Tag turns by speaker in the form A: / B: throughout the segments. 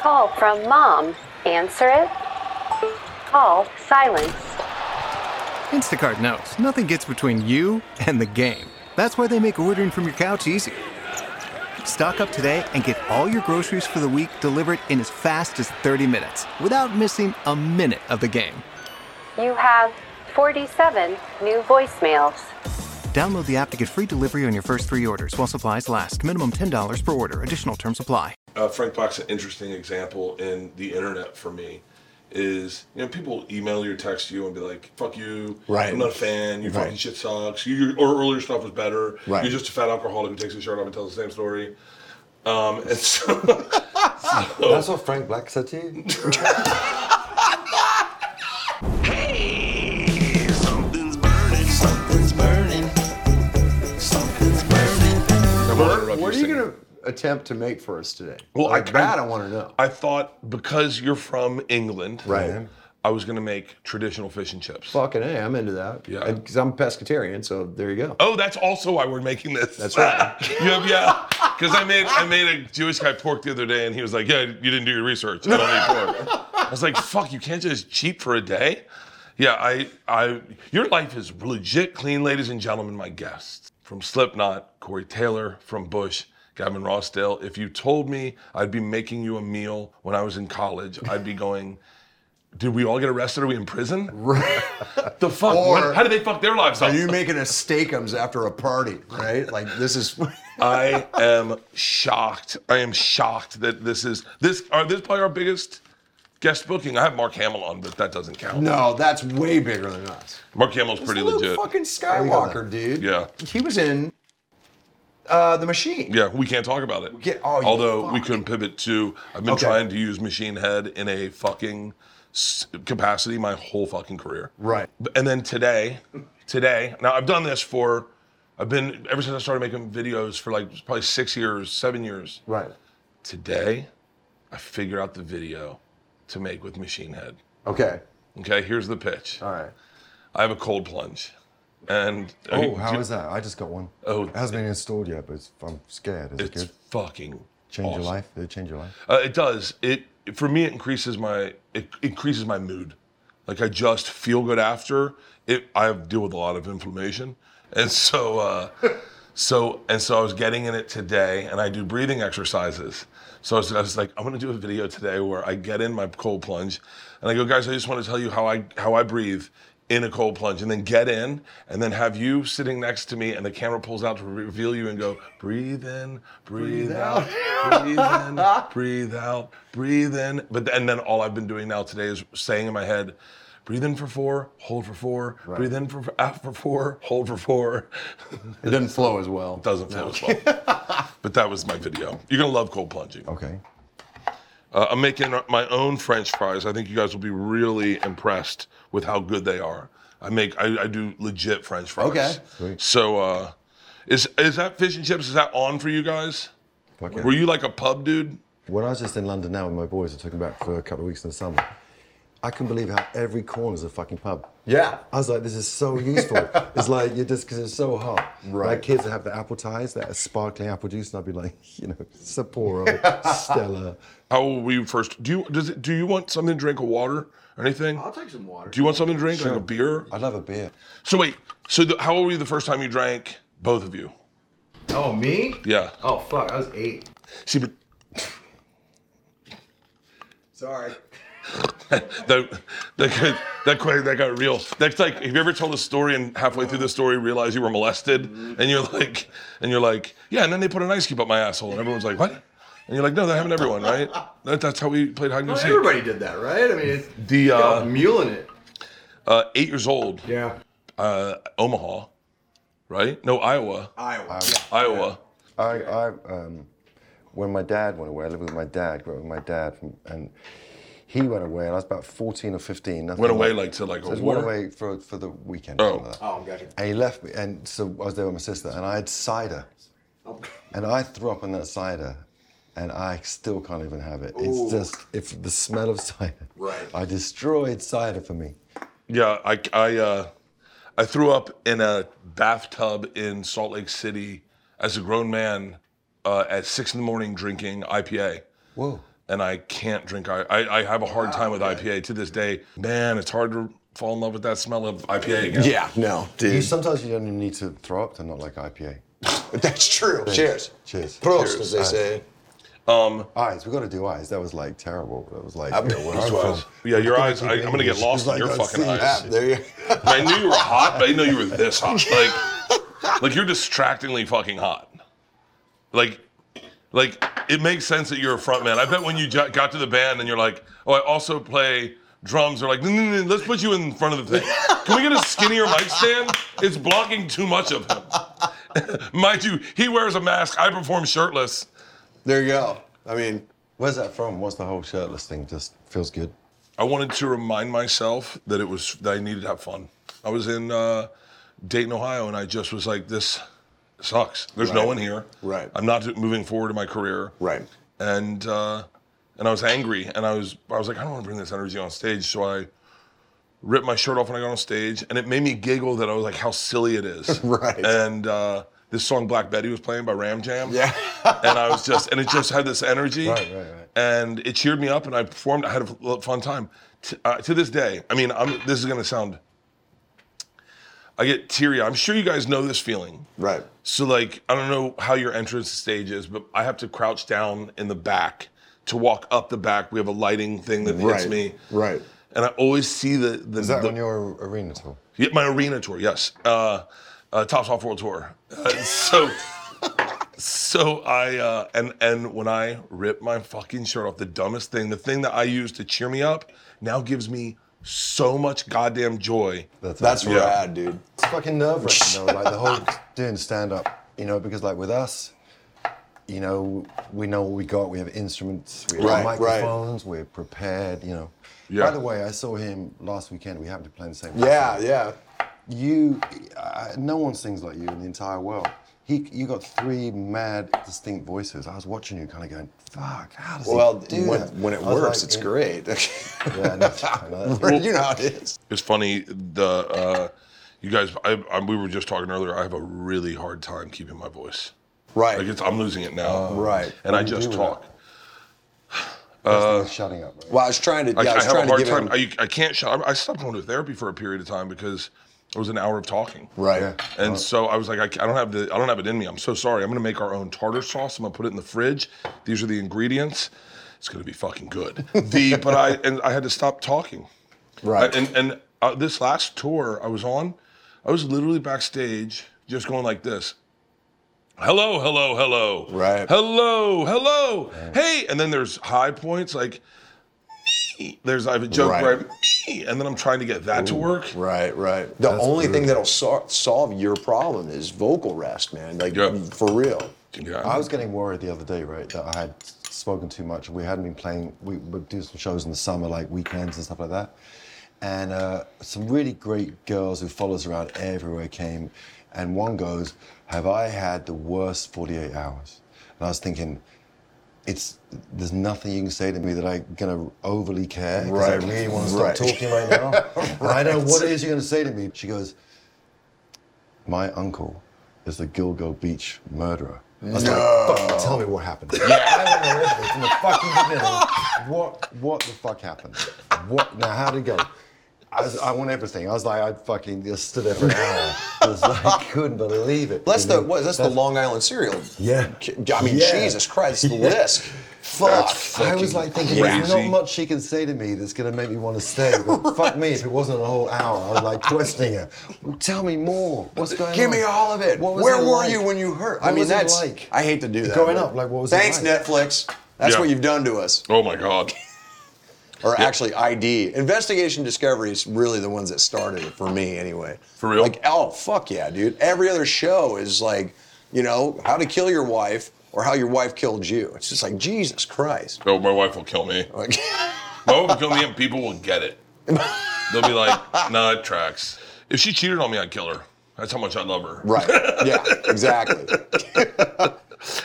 A: Call from mom. Answer it. Call silence.
B: Instacart knows nothing gets between you and the game. That's why they make ordering from your couch easy. Stock up today and get all your groceries for the week delivered in as fast as 30 minutes without missing a minute of the game.
A: You have 47 new voicemails.
B: Download the app to get free delivery on your first three orders while supplies last. Minimum $10 per order. Additional term supply.
C: uh, Frank Black's an interesting example in the internet for me. Is you know people email you or text you and be like, "Fuck you,
D: Right.
C: I'm not a fan. Your
D: Right.
C: fucking shit sucks. You, your or earlier stuff was better.
D: Right.
C: You're just a fat alcoholic who takes his shirt off and tells the same story." Um, and so Oh.
E: That's what Frank Black said to you.
F: Something's burning. Something's burning. Something's burning.
E: what are you going to attempt to make for us today?
C: Well, I
E: Like, that
C: kinda-
E: I want to know.
C: I thought because you're from England,
E: Right.
C: I was gonna make traditional fish and chips.
E: Fucking a, I'm into that.
C: Yeah.
E: because I'm pescatarian, so there you go.
C: Oh, that's also why we're making this.
E: That's right.
C: you have, yeah, because I made I made a Jewish guy pork the other day, and he was like, "Yeah, you didn't do your research. I don't eat pork." I was like, "Fuck, you can't just cheat for a day." Yeah, I I your life is legit clean, ladies and gentlemen, my guests from Slipknot, Corey Taylor from Bush. Gavin Rossdale, if you told me I'd be making you a meal when I was in college, I'd be going, did we all get arrested? Are we in prison? The fuck?
E: Or-
C: what- how do they fuck their lives up?
E: Are you making a steakums after a party, right? Like this is
C: I am shocked. I am shocked that this is this are this probably our biggest guest booking. I have Mark Hamill on, but that doesn't count.
E: no, that's way bigger than us.
C: Mark Hamill's pretty
D: Luke
C: legit.
D: fucking
E: we got that.
D: Skywalker, dude.
C: Yeah.
E: He was in uh, the machine.
C: Yeah, we can't talk about it.
E: can't- oh, you
C: Although we
E: fuck.
C: can pivot to I've been
E: Okay.
C: trying to use Machine Head in a fucking s- capacity my whole fucking career.
E: Right.
C: And then today, today, now I've done this for I've been ever since I started making videos for like probably 6 years, 7 years.
E: Right.
C: Today, I figure out the video to make with Machine Head.
E: Okay.
C: Okay, here's the pitch.
E: All right.
C: I have a cold plunge. And
D: Oh, how is that? I just got one.
C: Oh,
D: it hasn't been installed yet, but it's, I'm scared. Is it
C: it's
D: good?
C: fucking
D: Change
C: awesome.
D: your life. Did it change your life?
C: Uh, it does. It for me it increases my it increases my mood. Like I just feel good after it. I deal with a lot of inflammation, and so uh, so and so I was getting in it today, and I do breathing exercises. So I was, I was like, I'm gonna do a video today where I get in my cold plunge, and I go, guys, I just want to tell you how I how I breathe in a cold plunge, and then get in, and then have you sitting next to me, and the camera pulls out to reveal you, and go, breathe in, breathe, out, breathe in, breathe out, breathe in. But th- and then all I've been doing now today is saying in my head, breathe in for four, hold for four, breathe in for out for four, hold for four.
E: It doesn't flow as well.
C: Doesn't flow as well. but that was my video. You're gonna love cold plunging.
D: Okay.
C: Uh, I'm making my own French fries. I think you guys will be really impressed with how good they are. I make I, I do legit French fries.
E: Okay.
D: Sweet.
C: So uh, is is that fish and chips? Is that on for you guys?
D: Fuck it.
C: Were you like a pub dude?
D: When I was just in London now with my boys, I took them back for a couple of weeks in the summer. I couldn't believe how every corner is a fucking pub.
E: Yeah.
D: I was like, this is so useful. it's like you're just because it's so hot.
E: Right.
D: Like kids that have the apple ties, that are sparkling apple juice, and I'd be like, you know, Sapporo, Stella.
C: How were you first? Do you does it, do you want something to drink? A water or anything?
E: I'll take some water.
C: Do you want something to drink? Like a beer?
D: I'd love a beer.
C: So wait. So the, how old were you the first time you drank? Both of you.
G: Oh, me?
C: Yeah.
G: Oh, fuck. I was eight.
C: See, but
G: Sorry.
C: that that could, that quick that got real. That's like have you ever told a story and halfway through the story realize you were molested and you're like and you're like yeah and then they put an ice cube up my asshole and everyone's like what and you're like no that happened to everyone right that, that's how we played hide and go
G: Well,
C: seek.
G: everybody did that, right? I mean, it's
C: The
G: uh,
C: uh,
G: muling it.
C: uh, eight years old
G: Yeah.
C: uh, Omaha, right? No Iowa,
G: Iowa.
C: Iowa.
D: I, I um, when my dad went away, I lived with my dad, grew up with my dad, from, and he went away, and I was about 14 or 15. nothing
C: Went away like to like a
D: Just
C: war.
D: went away for, for the weekend. or
C: Oh.
D: something like that.
G: Oh, gotcha.
D: And he left me, and so I was there with my sister, and I had cider, and I threw up on that cider, and I still can't even have it. It's just if the smell of cider.
G: Right.
D: I destroyed cider for me.
C: Yeah, I I uh, I threw up in a bathtub in Salt Lake City as a grown man uh, at six in the morning drinking IPA.
D: Whoa.
C: and I can't drink. I I, I have a
D: Ah,
C: hard time with IPA to this day. Man, it's hard to fall in love with that smell of IPA again.
H: Yeah, no,
D: You
H: dude.
D: sometimes you don't even need to throw up to not like IPA.
H: That's true. Cheers.
D: Cheers.
H: Prost,
D: Cheers.
H: as they say.
D: Eyes, we got to do eyes. That was like terrible. That was like.
H: I mean,
D: where
H: eyes
D: I'm
H: was-
D: from.
C: Yeah, your eyes. I,
D: Fucking
C: I'm gonna get
D: English.
C: lost in
D: It's
C: your
D: like, I
C: fucking
D: see
C: eyes.
H: Ah, there you
C: I knew you were hot, but I didn't know you were this hot. Like, like you're distractingly fucking hot. Like, like it makes sense that you're a front man. I bet when you jo- got to the band and you're like, oh, I also play drums. They're like, no, no, no, let's put you in front of the thing. Can we get a skinnier mic stand? It's blocking too much of him. Mind you, he wears a mask. I perform shirtless.
H: There you go. I mean,
D: Where's that from? What's the whole shirtless thing? Just feels good.
C: I wanted to remind myself that it was that I needed to have fun. I was in uh, Dayton, Ohio, and I just was like, "This sucks. There's no
H: Right.
C: one here.
H: Right.
C: I'm not moving forward in my career.
H: Right.
C: And uh, and I was angry, and I was I was like, I don't want to bring this energy on stage. So I ripped my shirt off when I got on stage, and it made me giggle that I was like, how silly it is.
H: Right.
C: And uh, this song Black Betty was playing by Ram Jam.
H: Yeah.
C: and I was just and it just had this energy.
D: Right, right, right.
C: And it cheered me up, and I performed. I had a f- fun time. T- uh, to this day, I mean, I'm, this is gonna sound. I get teary. I'm sure you guys know this feeling.
H: right.
C: So like, I don't know how your entrance stage is, but I have to crouch down in the back to walk up the back. We have a lighting thing that hits
H: Right,
C: me.
H: right.
C: And I always see the the,
D: Is that
C: the
D: on your arena tour?
C: yeah, my arena tour, yes. Uh, uh, Tops Off World Tour. Uh, so, so I uh, and and when I rip my fucking shirt off, the dumbest thing, the thing that I used to cheer me up, now gives me so much goddamn joy.
H: That's
C: Yeah.
H: rad, dude.
D: It's fucking nerve wracking though, like the whole doing stand up, you know, because like with us, you know, we know what we got. We have instruments, we have
H: Right, right.
D: microphones, we're prepared, you know.
C: Yeah.
D: By the way, I saw him last weekend. We happened to play in the same.
H: Yeah, yeah.
D: You, I, no one sings like you in the entire world. He, you got three mad, distinct voices. I was watching you, kind of going, "Fuck, how does
H: Well,
D: he do
H: when,
D: that?"
H: when it
D: I was
H: works,
D: like,
H: it's
D: "Yeah,
H: great.
D: Yeah, I know, I know.
H: you know how it is.
C: It's funny the uh, you guys. I, I, we were just talking earlier. I have a really hard time keeping my voice.
H: Right.
C: Like it's, I'm losing it now.
H: Oh, right.
C: And I
D: do you
C: just
D: do with
C: talk.
D: That's shutting up. Right?
H: Well, I was trying to.
C: I,
H: yeah, I
C: I
H: was
C: have a
H: trying to
C: hard
H: give
C: time.
H: him.
C: I, I can't. Sh- I stopped going to therapy for a period of time because it was an hour of talking.
H: right.
C: And so I was like, I, ca- I don't have the, I don't have it in me. I'm so sorry. I'm gonna make our own tartar sauce. I'm gonna put it in the fridge. These are the ingredients. It's gonna be fucking good. The, but I, and I had to stop talking.
H: Right.
C: I- and and uh, this last tour I was on, I was literally backstage just going like this. Hello, hello, hello.
H: Right.
C: Hello, hello. Hey, and then there's high points like. "Me." There's I have a joke
H: Right.
C: where I'm, "Me," and then I'm trying to get that to work.
H: Right, right. The only thing that'll so- solve your problem is vocal rest, man. Like
C: Yeah.
H: for real.
C: Yeah.
D: I was getting worried the other day, right, that I had spoken too much. We hadn't been playing. We would do some shows in the summer, like weekends and stuff like that. And uh, some really great girls who follow us around everywhere came, and one goes, "Have I had the worst 48 hours?" And I was thinking, it's there's nothing you can say to me that I'm gonna overly care because
H: Right.
D: I really want to stop
H: Right.
D: talking right now. And I know what it is you're gonna say to me. She goes, "My uncle is the Gilgo Beach murderer." I was like, "Fucking tell me what happened." Yeah, I want to know this from the fucking beginning. What what the fuck happened? What now? How did it go? I, was, I want everything. I was like, I fucking just stood there for an hour. I was like, I couldn't believe it.
H: That's
D: You know?
H: the what, that's, the Long Island cereal.
D: Mm-hmm. Yeah.
H: I mean,
D: Yeah.
H: Jesus Christ, the
D: Yeah.
H: list. Fuck.
D: I was like thinking, there's
C: crazy.
D: not much she can say to me that's gonna make me want to stay. But fuck me, if it wasn't a whole hour, I was like questioning her. Well, tell me more. What's going
H: Give
D: on?
H: me all of it.
D: What was
H: Where
D: it
H: were
D: like?
H: you when you hurt? I
D: What
H: mean,
D: was it
H: that's
D: like?
H: I hate to do that.
D: Growing
H: but-
D: up, like, what was it
H: Thanks,
D: like?
H: Netflix. That's
C: Yeah.
H: what you've done to us.
C: oh my god.
H: Or actually, ID. Investigation Discovery is really the ones that started it for me, anyway.
C: For real?
H: Like, oh fuck yeah, dude. Every other show is like, you know, how to kill your wife or how your wife killed you. It's just like Jesus Christ.
C: Oh, my wife will kill me.
H: Like,
C: My wife will kill me, and people will get it. They'll be like, "Nah, it tracks." If she cheated on me, I'd kill her. That's how much I love her.
H: right? Yeah, exactly.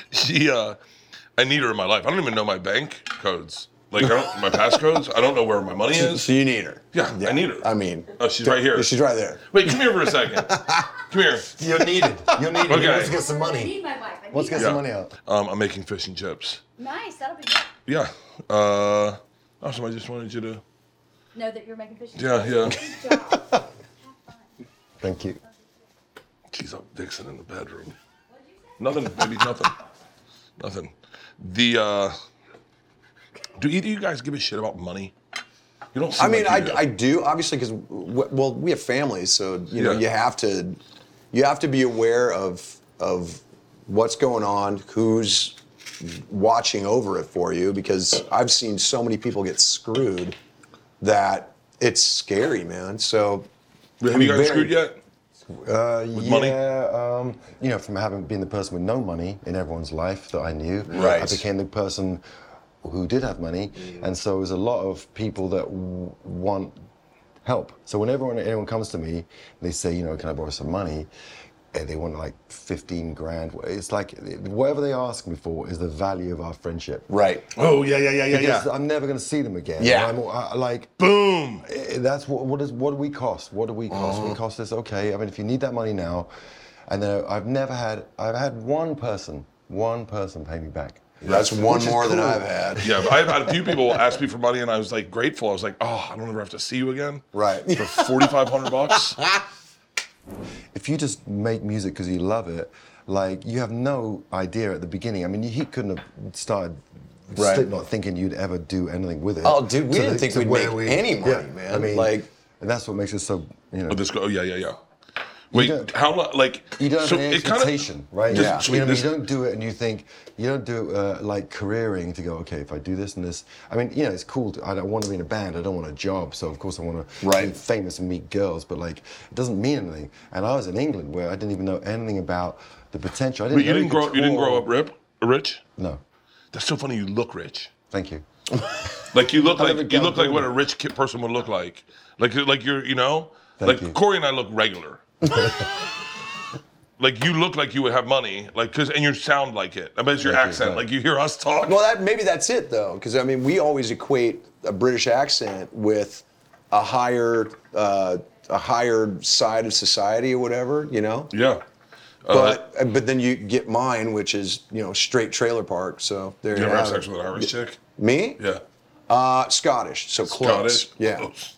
C: She, uh, I need her in my life. I don't even know my bank codes. Like I don't, my passcodes. I don't know where my money is.
H: So you need her.
C: Yeah, I need her.
H: I mean,
C: Oh, she's right here.
H: she's right there.
C: Wait, come here for a second. come here.
D: You're needed. You're needed.
C: Okay.
D: Let's get some
I: I
D: money.
I: need my wife. I need
D: Let's get
I: her.
D: some
C: Yeah.
D: money out.
C: Um, I'm making fish and chips.
I: Nice. That'll be good.
C: Yeah. Uh, awesome. I just wanted you to.
I: Know that you're making fish. and
C: Yeah, yeah.
I: chips. Good job.
D: Thank you.
C: Jeez, I'm Dixon in the bedroom. Nothing, baby, nothing. Nothing. The uh do either of you guys give a shit about money? You don't
H: I
C: seem
H: mean, I,
C: like you do.
H: I do obviously because well, we have families, so you know
C: Yeah.
H: you have to you have to be aware of of what's going on, who's watching over it for you, because I've seen so many people get screwed that it's scary, man. So
C: Have you guys
H: very-
C: screwed yet?
D: Uh, yeah,
C: money?
D: Um, you know, from having been the person with no money in everyone's life that I knew,
H: Right.
D: I became the person who did have money, and so there's a lot of people that w- want help. So whenever anyone- anyone comes to me, they say, you know, can I borrow some money? And they want like 15 grand. It's like whatever they ask me for is the value of our friendship.
H: right,
C: Oh yeah, yeah, yeah, yeah,
D: Because
C: yeah.
D: I'm never going to see them again.
H: Yeah.
D: I'm, I, like
C: Boom.
D: Eh, that's what what is what do we cost? What do we cost?
H: Mm-hmm.
D: We cost this okay. I mean, if you need that money now, and then I've never had I've had one person, one person pay me back.
H: that's one
D: Which is
H: more than
D: cool.
H: I've had.
C: Yeah, but I've had a few people ask me for money and I was like grateful. I was like, oh, I don't ever have to see you again.
H: Right.
C: For forty five hundred bucks.
D: If you just make music because you love it, like you have no idea at the beginning. I mean, he couldn't have started.
H: Right.
D: Slipknot thinking you'd ever do anything with it.
H: Oh, dude, we
D: To
H: didn't think
D: to
H: we'd
D: where
H: make any money, man.
D: I mean,
H: Like-
D: and that's what makes it so you know.
C: Oh, this go oh yeah, yeah, yeah. Wait,
D: don't-
C: how long like
D: You don't have
C: so
D: an
C: it kinda-
D: expectation, right?
C: Just-
H: Yeah.
C: so
D: You, know,
C: this-
D: you don't do it and you think, you don't do it uh, like careering to go, okay, if I do this and this. I mean, you know, it's cool. To, I don't want to be in a band. I don't want a job. So, of course, I want to
H: Right.
D: be famous and meet girls. But, like, it doesn't mean anything. And I was in England where I didn't even know anything about the potential. I didn't
C: But you
D: know
C: didn't grow up you didn't
D: could
C: grow up
D: tour.
C: rip rich?
D: No.
C: That's so funny you look rich.
D: Thank you.
C: Like you look
D: I
C: like
D: haven't
C: you
D: gone
C: look like
D: through
C: what
D: it.
C: a rich kid person would look like. Like like you're you know
D: Thank
C: like
D: you.
C: Corey and I look regular. like you look like you would have money. Like cause and you sound like it. I bet it's your
D: Thank you,
C: accent.
D: yeah.
C: like you hear us talk.
H: Well, that maybe that's it though, because I mean, we always equate a British accent with a higher, uh, a higher side of society or whatever, you know.
C: yeah. Uh,
H: But but then you get mine, which is you know straight trailer park. So there
C: you
H: you
C: ever have
H: have
C: sex
H: it.
C: with an Irish chick?
H: Me?
C: Yeah.
H: Uh, Scottish. So close.
C: Scottish? Oh,
H: Yeah.
C: Close.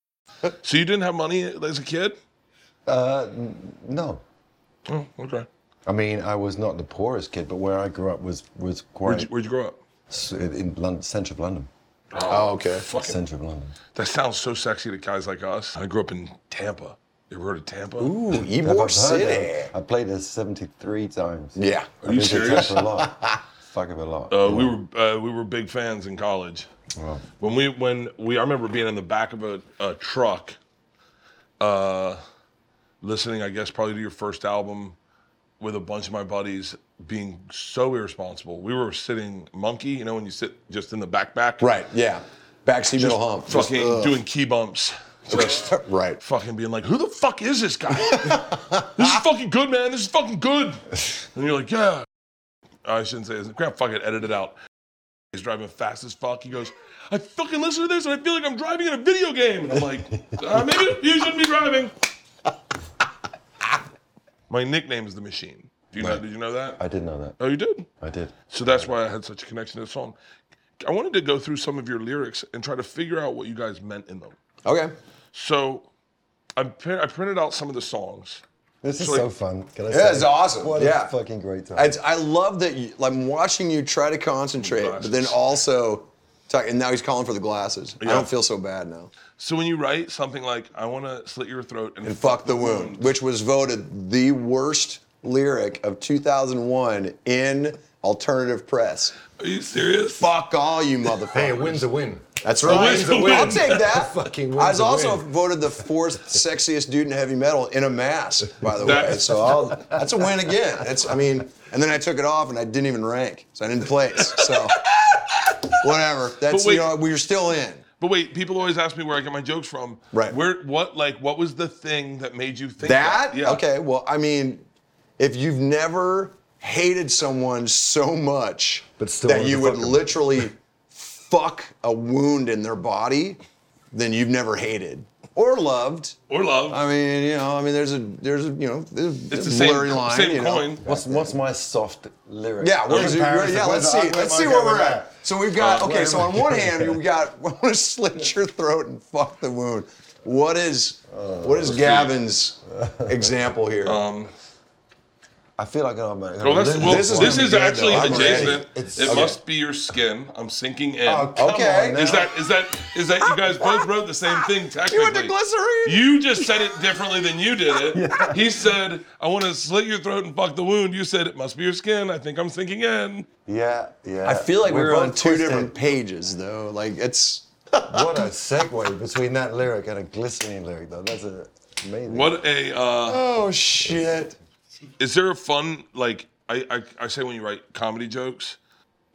C: So you didn't have money as a kid?
D: Uh, No.
C: Oh, okay.
D: I mean, I was not the poorest kid, but where I grew up was was
C: Where'd
D: quite
C: you, where'd you grow up?
D: s- in London, centre of London.
H: Oh, okay.
C: Fucking
D: Centre of London.
C: that sounds so sexy to guys like us. I grew up in Tampa. You ever heard of Tampa?
H: Ooh,
D: I've
H: Ybor
D: heard
H: City.
D: it. I played there 73 times.
C: Are you
H: Yeah.
D: I've been to
C: serious?
D: Tampa a lot. Fuck it a lot.
C: Uh, we were uh, we were big fans in college. When we when we I remember being in the back of a, a truck, uh, listening I guess probably to your first album with a bunch of my buddies being so irresponsible. We were sitting monkey, you know, when you sit just in the back back,
H: Right. Yeah. Backseat
C: Just
H: middle hump. Just,
C: fucking
H: ugh.
C: doing key bumps. Just
H: Right.
C: fucking being like, who the fuck is this guy? this is fucking good, man. This is fucking good. And you're like, yeah. I shouldn't say this. Crap, fuck it. Edit it out. He's driving fast as fuck. He goes, I fucking listen to this and I feel like I'm driving in a video game. And I'm like, uh, maybe you shouldn't be driving. My nickname is The Machine. Do you know, did you know that?
D: I did know that.
C: oh, you did?
D: I did.
C: So that's why I had such a connection to the song. I wanted to go through some of your lyrics and try to figure out what you guys meant in them.
H: Okay.
C: So I, pr- I printed out some of the songs.
D: This is
C: So-
D: so fun. Can I
H: Yeah,
D: say?
H: it's awesome.
D: What
H: yeah.
D: a fucking great time.
H: It's, I love that you, I'm watching you try to concentrate, but then
C: Glasses.
H: also, talk, and now he's calling for the glasses. I don't feel so bad now.
C: So when you write something like "I want to slit your throat and,
H: And fuck the wound, which was voted the worst lyric of 2001 in Alternative press.
C: Are you serious?
H: Fuck all you motherfuckers. Hey, a win's
D: a win.
H: That's
D: A
H: right.
D: win's a win.
H: I'll take
D: A
H: that.
D: fucking
H: I
D: win's
H: was
D: a
H: also
D: win.
H: voted the fourth sexiest dude in heavy metal in a mask, by the way.
D: That's-
H: So I'll, that's a win again. It's, I mean, and then I took it off and I didn't even rank, so I didn't place. So whatever. That's you know, we're still in.
C: But wait, people always ask me where I get my jokes from.
H: Right.
C: Where? What? Like, what was the thing that made you think
H: that?
C: That? Yeah.
H: Okay, well, I mean, if you've never hated someone so much
D: still
H: that
D: wanted
H: you
D: to
H: would
D: fuck 'em.
H: literally fuck a wound in their body, then you've never hated or loved.
C: Or loved.
H: I mean, you know, I mean, there's a, there's a, you know, there's
D: It's
H: a
D: the same-
H: blurry line.
D: same
H: you know.
D: coin. What's- what's my soft lyric?
H: Yeah, where's
D: In
H: your-
D: comparison,
H: yeah. Let's
D: where's
H: see. Let's
D: the- where's
H: see
D: the-
H: where we're
D: where's
H: at.
D: the-
H: So we've got
D: Uh,
H: okay. So on one
D: where's
H: hand,
D: the-
H: we've got I want to slit your throat and fuck the wound. What is what is
D: let's see.
H: Gavin's example here?
D: Oh,
H: Um,
D: I feel like I'm. Well,
C: Well, that's, well, this is, actually
D: I'm ready.
C: adjacent.
D: It's-
C: it
D: okay.
C: must be your skin. I'm sinking in.
D: Oh, come Okay. on now.
C: Is that is that is that you guys both wrote the same thing technically?
D: You went to glycerine?
C: You just said it differently than you did it. He said, "I want to slit your throat and fuck the wound." You said, "It must be your skin." I think I'm sinking in.
D: Yeah, yeah.
H: I feel like we were
D: both
H: on two
D: twisted.
H: different pages though. Like it's
D: what a segue between that lyric and a glistening lyric, though. That's a, amazing.
C: What a. Uh,
H: oh shit.
C: Is there a fun like I, I I say when you write comedy jokes,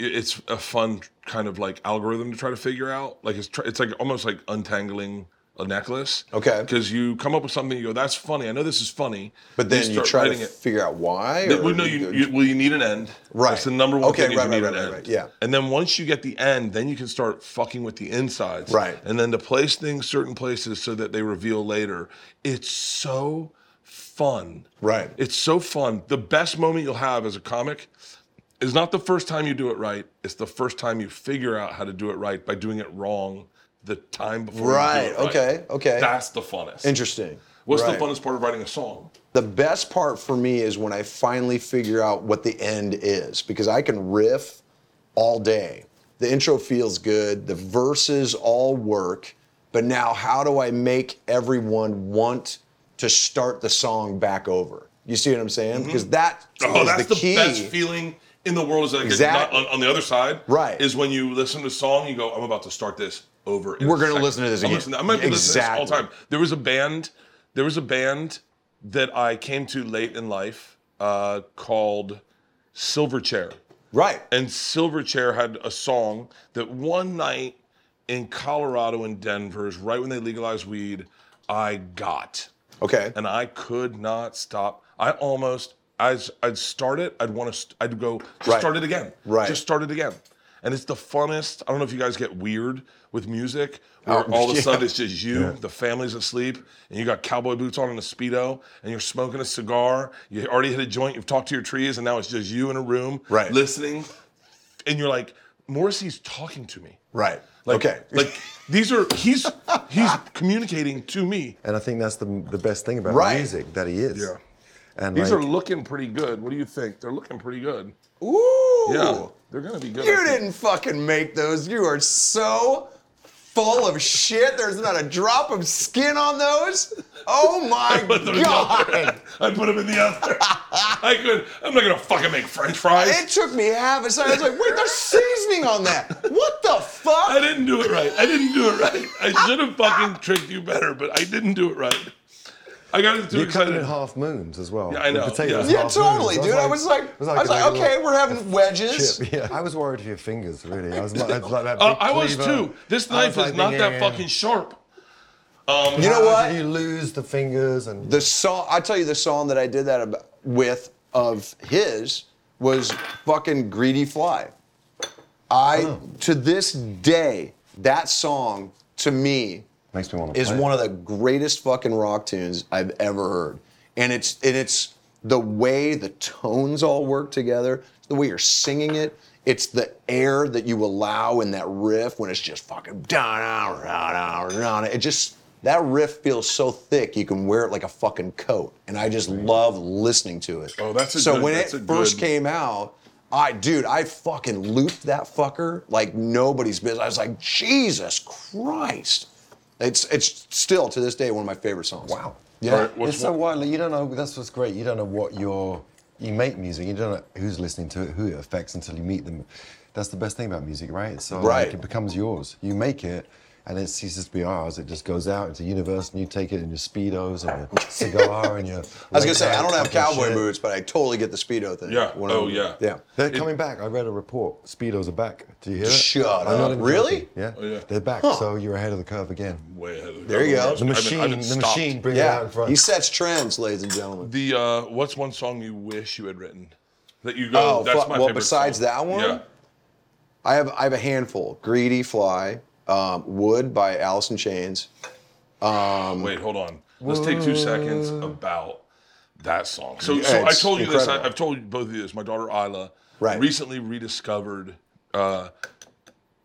C: i- it's a fun kind of like algorithm to try to figure out. Like it's tr- it's like almost like untangling a necklace.
H: Okay.
C: Because you come up with something, you go, "That's funny. I know this is funny."
H: But then you
C: start
H: try
C: writing
H: to figure out why.
C: Th-
H: or
C: well, no, you, you, well, you need an end.
H: Right.
C: That's the number one
H: Okay,
C: thing is
H: right,
C: you
H: right,
C: need
H: right,
C: an
H: right,
C: end.
H: right, yeah.
C: And then once you get the end, then you can start fucking with the insides.
H: Right.
C: And then to place things certain places so that they reveal later. It's so fun.
H: Right.
C: It's so fun. The best moment you'll have as a comic is not the first time you do it right. It's the first time you figure out how to do it right by doing it wrong the time before. You
H: Right.
C: do it right.
H: Okay. Okay.
C: That's the funnest.
H: Interesting.
C: What's
H: Right.
C: the funnest part of writing a song?
H: The best part for me is when I finally figure out what the end is because I can riff all day. The intro feels good, the verses all work, but now how do I make everyone want to start the song back over? You see what I'm saying? Because that
C: Oh,
H: is
C: that's
H: Mm-hmm. the
C: the,
H: key.
C: best feeling in the world. Is like
H: Exactly.
C: not on, on the other side,
H: Right.
C: Is when you listen to a song, you go, "I'm about to start this over." in a
H: We're gonna
C: second."
H: listen to this
C: I'm
H: again.
C: listening- I might be listening to this all
H: Exactly.
C: the time. There was a band. There was a band that I came to late in life uh, called Silverchair.
H: Right.
C: And Silverchair had a song that one night in Colorado and Denver's, right when they legalized weed, I got.
H: Okay.
C: And I could not stop. I almost, as I'd start it, I'd want to, st- I'd go, just
H: Right.
C: start it again.
H: Right.
C: Just start it again. And it's the funnest. I don't know if you guys get weird with music,
H: Oh,
C: where all of
H: yeah.
C: a sudden it's just you,
H: Yeah.
C: the family's asleep, and you got cowboy boots on and a speedo, and you're smoking a cigar. You already hit a joint. You've talked to your trees, and now it's just you in a room,
H: Right.
C: listening, and you're like, Morrissey's talking to me.
H: Right.
C: Like,
H: okay.
C: Like these are he's he's communicating to me.
D: And I think that's the the best thing about
C: Right.
D: music that he is.
C: Yeah.
D: And
C: These
D: like,
C: are looking pretty good. What do you think? They're looking pretty good.
H: Ooh.
C: Yeah, they're gonna be good. I
H: You
C: think.
H: didn't fucking make those. You are so full of shit. There's not a drop of skin on those. Oh my god.
C: I put them in the oven. I could. I'm not gonna fucking make French fries.
H: It took me half a second. I was like, wait, there's seasoning on that. What the fuck?
C: I didn't do it right. I didn't do it right. I should have fucking tricked you better, but I didn't do it right. I got into too
D: you're cutting
C: excited.
D: in half moons as well.
C: Yeah, I
D: The
C: know,
D: potatoes
H: Yeah,
D: half
H: totally,
D: moons.
H: dude. I was like,
D: it was
H: I was
D: a
H: like,
D: little
H: okay, we're having wedges.
D: chip. I was worried for your fingers, really. I was like, I was like that
C: Uh,
D: big
C: I was
D: cleaver.
C: too. This
D: I
C: knife
D: was like
C: is not
D: thinking,
C: that
D: yeah.
C: fucking sharp. Um,
H: You know
D: How
H: what?
D: do You lose the fingers and
H: The song I tell you the song that I did that ab with of his was fucking Greedy Fly. I to this day that song to me
D: makes me want to.
H: is one of the greatest fucking rock tunes I've ever heard. And it's and it's the way the tones all work together, the way you're singing it, it's the air that you allow in that riff when it's just fucking down down down down. It just that riff feels so thick you can wear it like a fucking coat. And I just love listening to it.
C: Oh, that's a
H: so
C: good-
H: when
C: that's
H: it
C: a
H: first
C: good-
H: came out, I dude, I fucking looped that fucker like nobody's business. I was like, Jesus Christ. It's it's still to this day one of my favorite songs. Wow. Yeah.
C: All right, what's
D: it's so
C: one-
D: wild. Like, you don't know. That's what's great. You don't know what your you make music, you don't know who's listening to it, who it affects until you meet them. That's the best thing about music, right? It's sort of
H: Right.
D: Like it becomes yours. You make it, and it ceases to be ours. It just goes out into the universe, and you take it in your speedos and your cigar and your.
H: I was gonna say I don't
D: leather
H: have
D: jacket and
H: cowboy
D: shit.
H: boots, but I totally get the speedo thing.
D: Yeah.
H: When
D: Oh,
H: I'm-
D: yeah.
H: Yeah.
D: They're coming back. I read a report. Speedos are back. Do you hear it?
H: Shut
D: I'm not
H: up.
D: even
H: Really?
D: joking. Yeah.
H: Oh, yeah.
D: They're back.
H: Huh.
D: So you're ahead of the curve again.
C: Way ahead of the
H: There you go.
D: The machine. the machine. Bring it out in front.
H: He sets trends, ladies and gentlemen.
C: The uh, what's one song you wish you had written that you go?
H: oh,
C: that's
H: fuck.
C: my
H: well,
C: favorite
H: besides
C: song."
H: that one,
C: Yeah.
H: I have I have a handful. Greedy Fly, um, Wood by Alice in Chains. Um,
C: Wait, hold on. Let's take two seconds about that song. So,
H: Yeah,
C: so I
H: it's
C: told you this. I,
H: incredible.
C: I've told both of you this. My daughter Isla
H: Right.
C: recently rediscovered uh,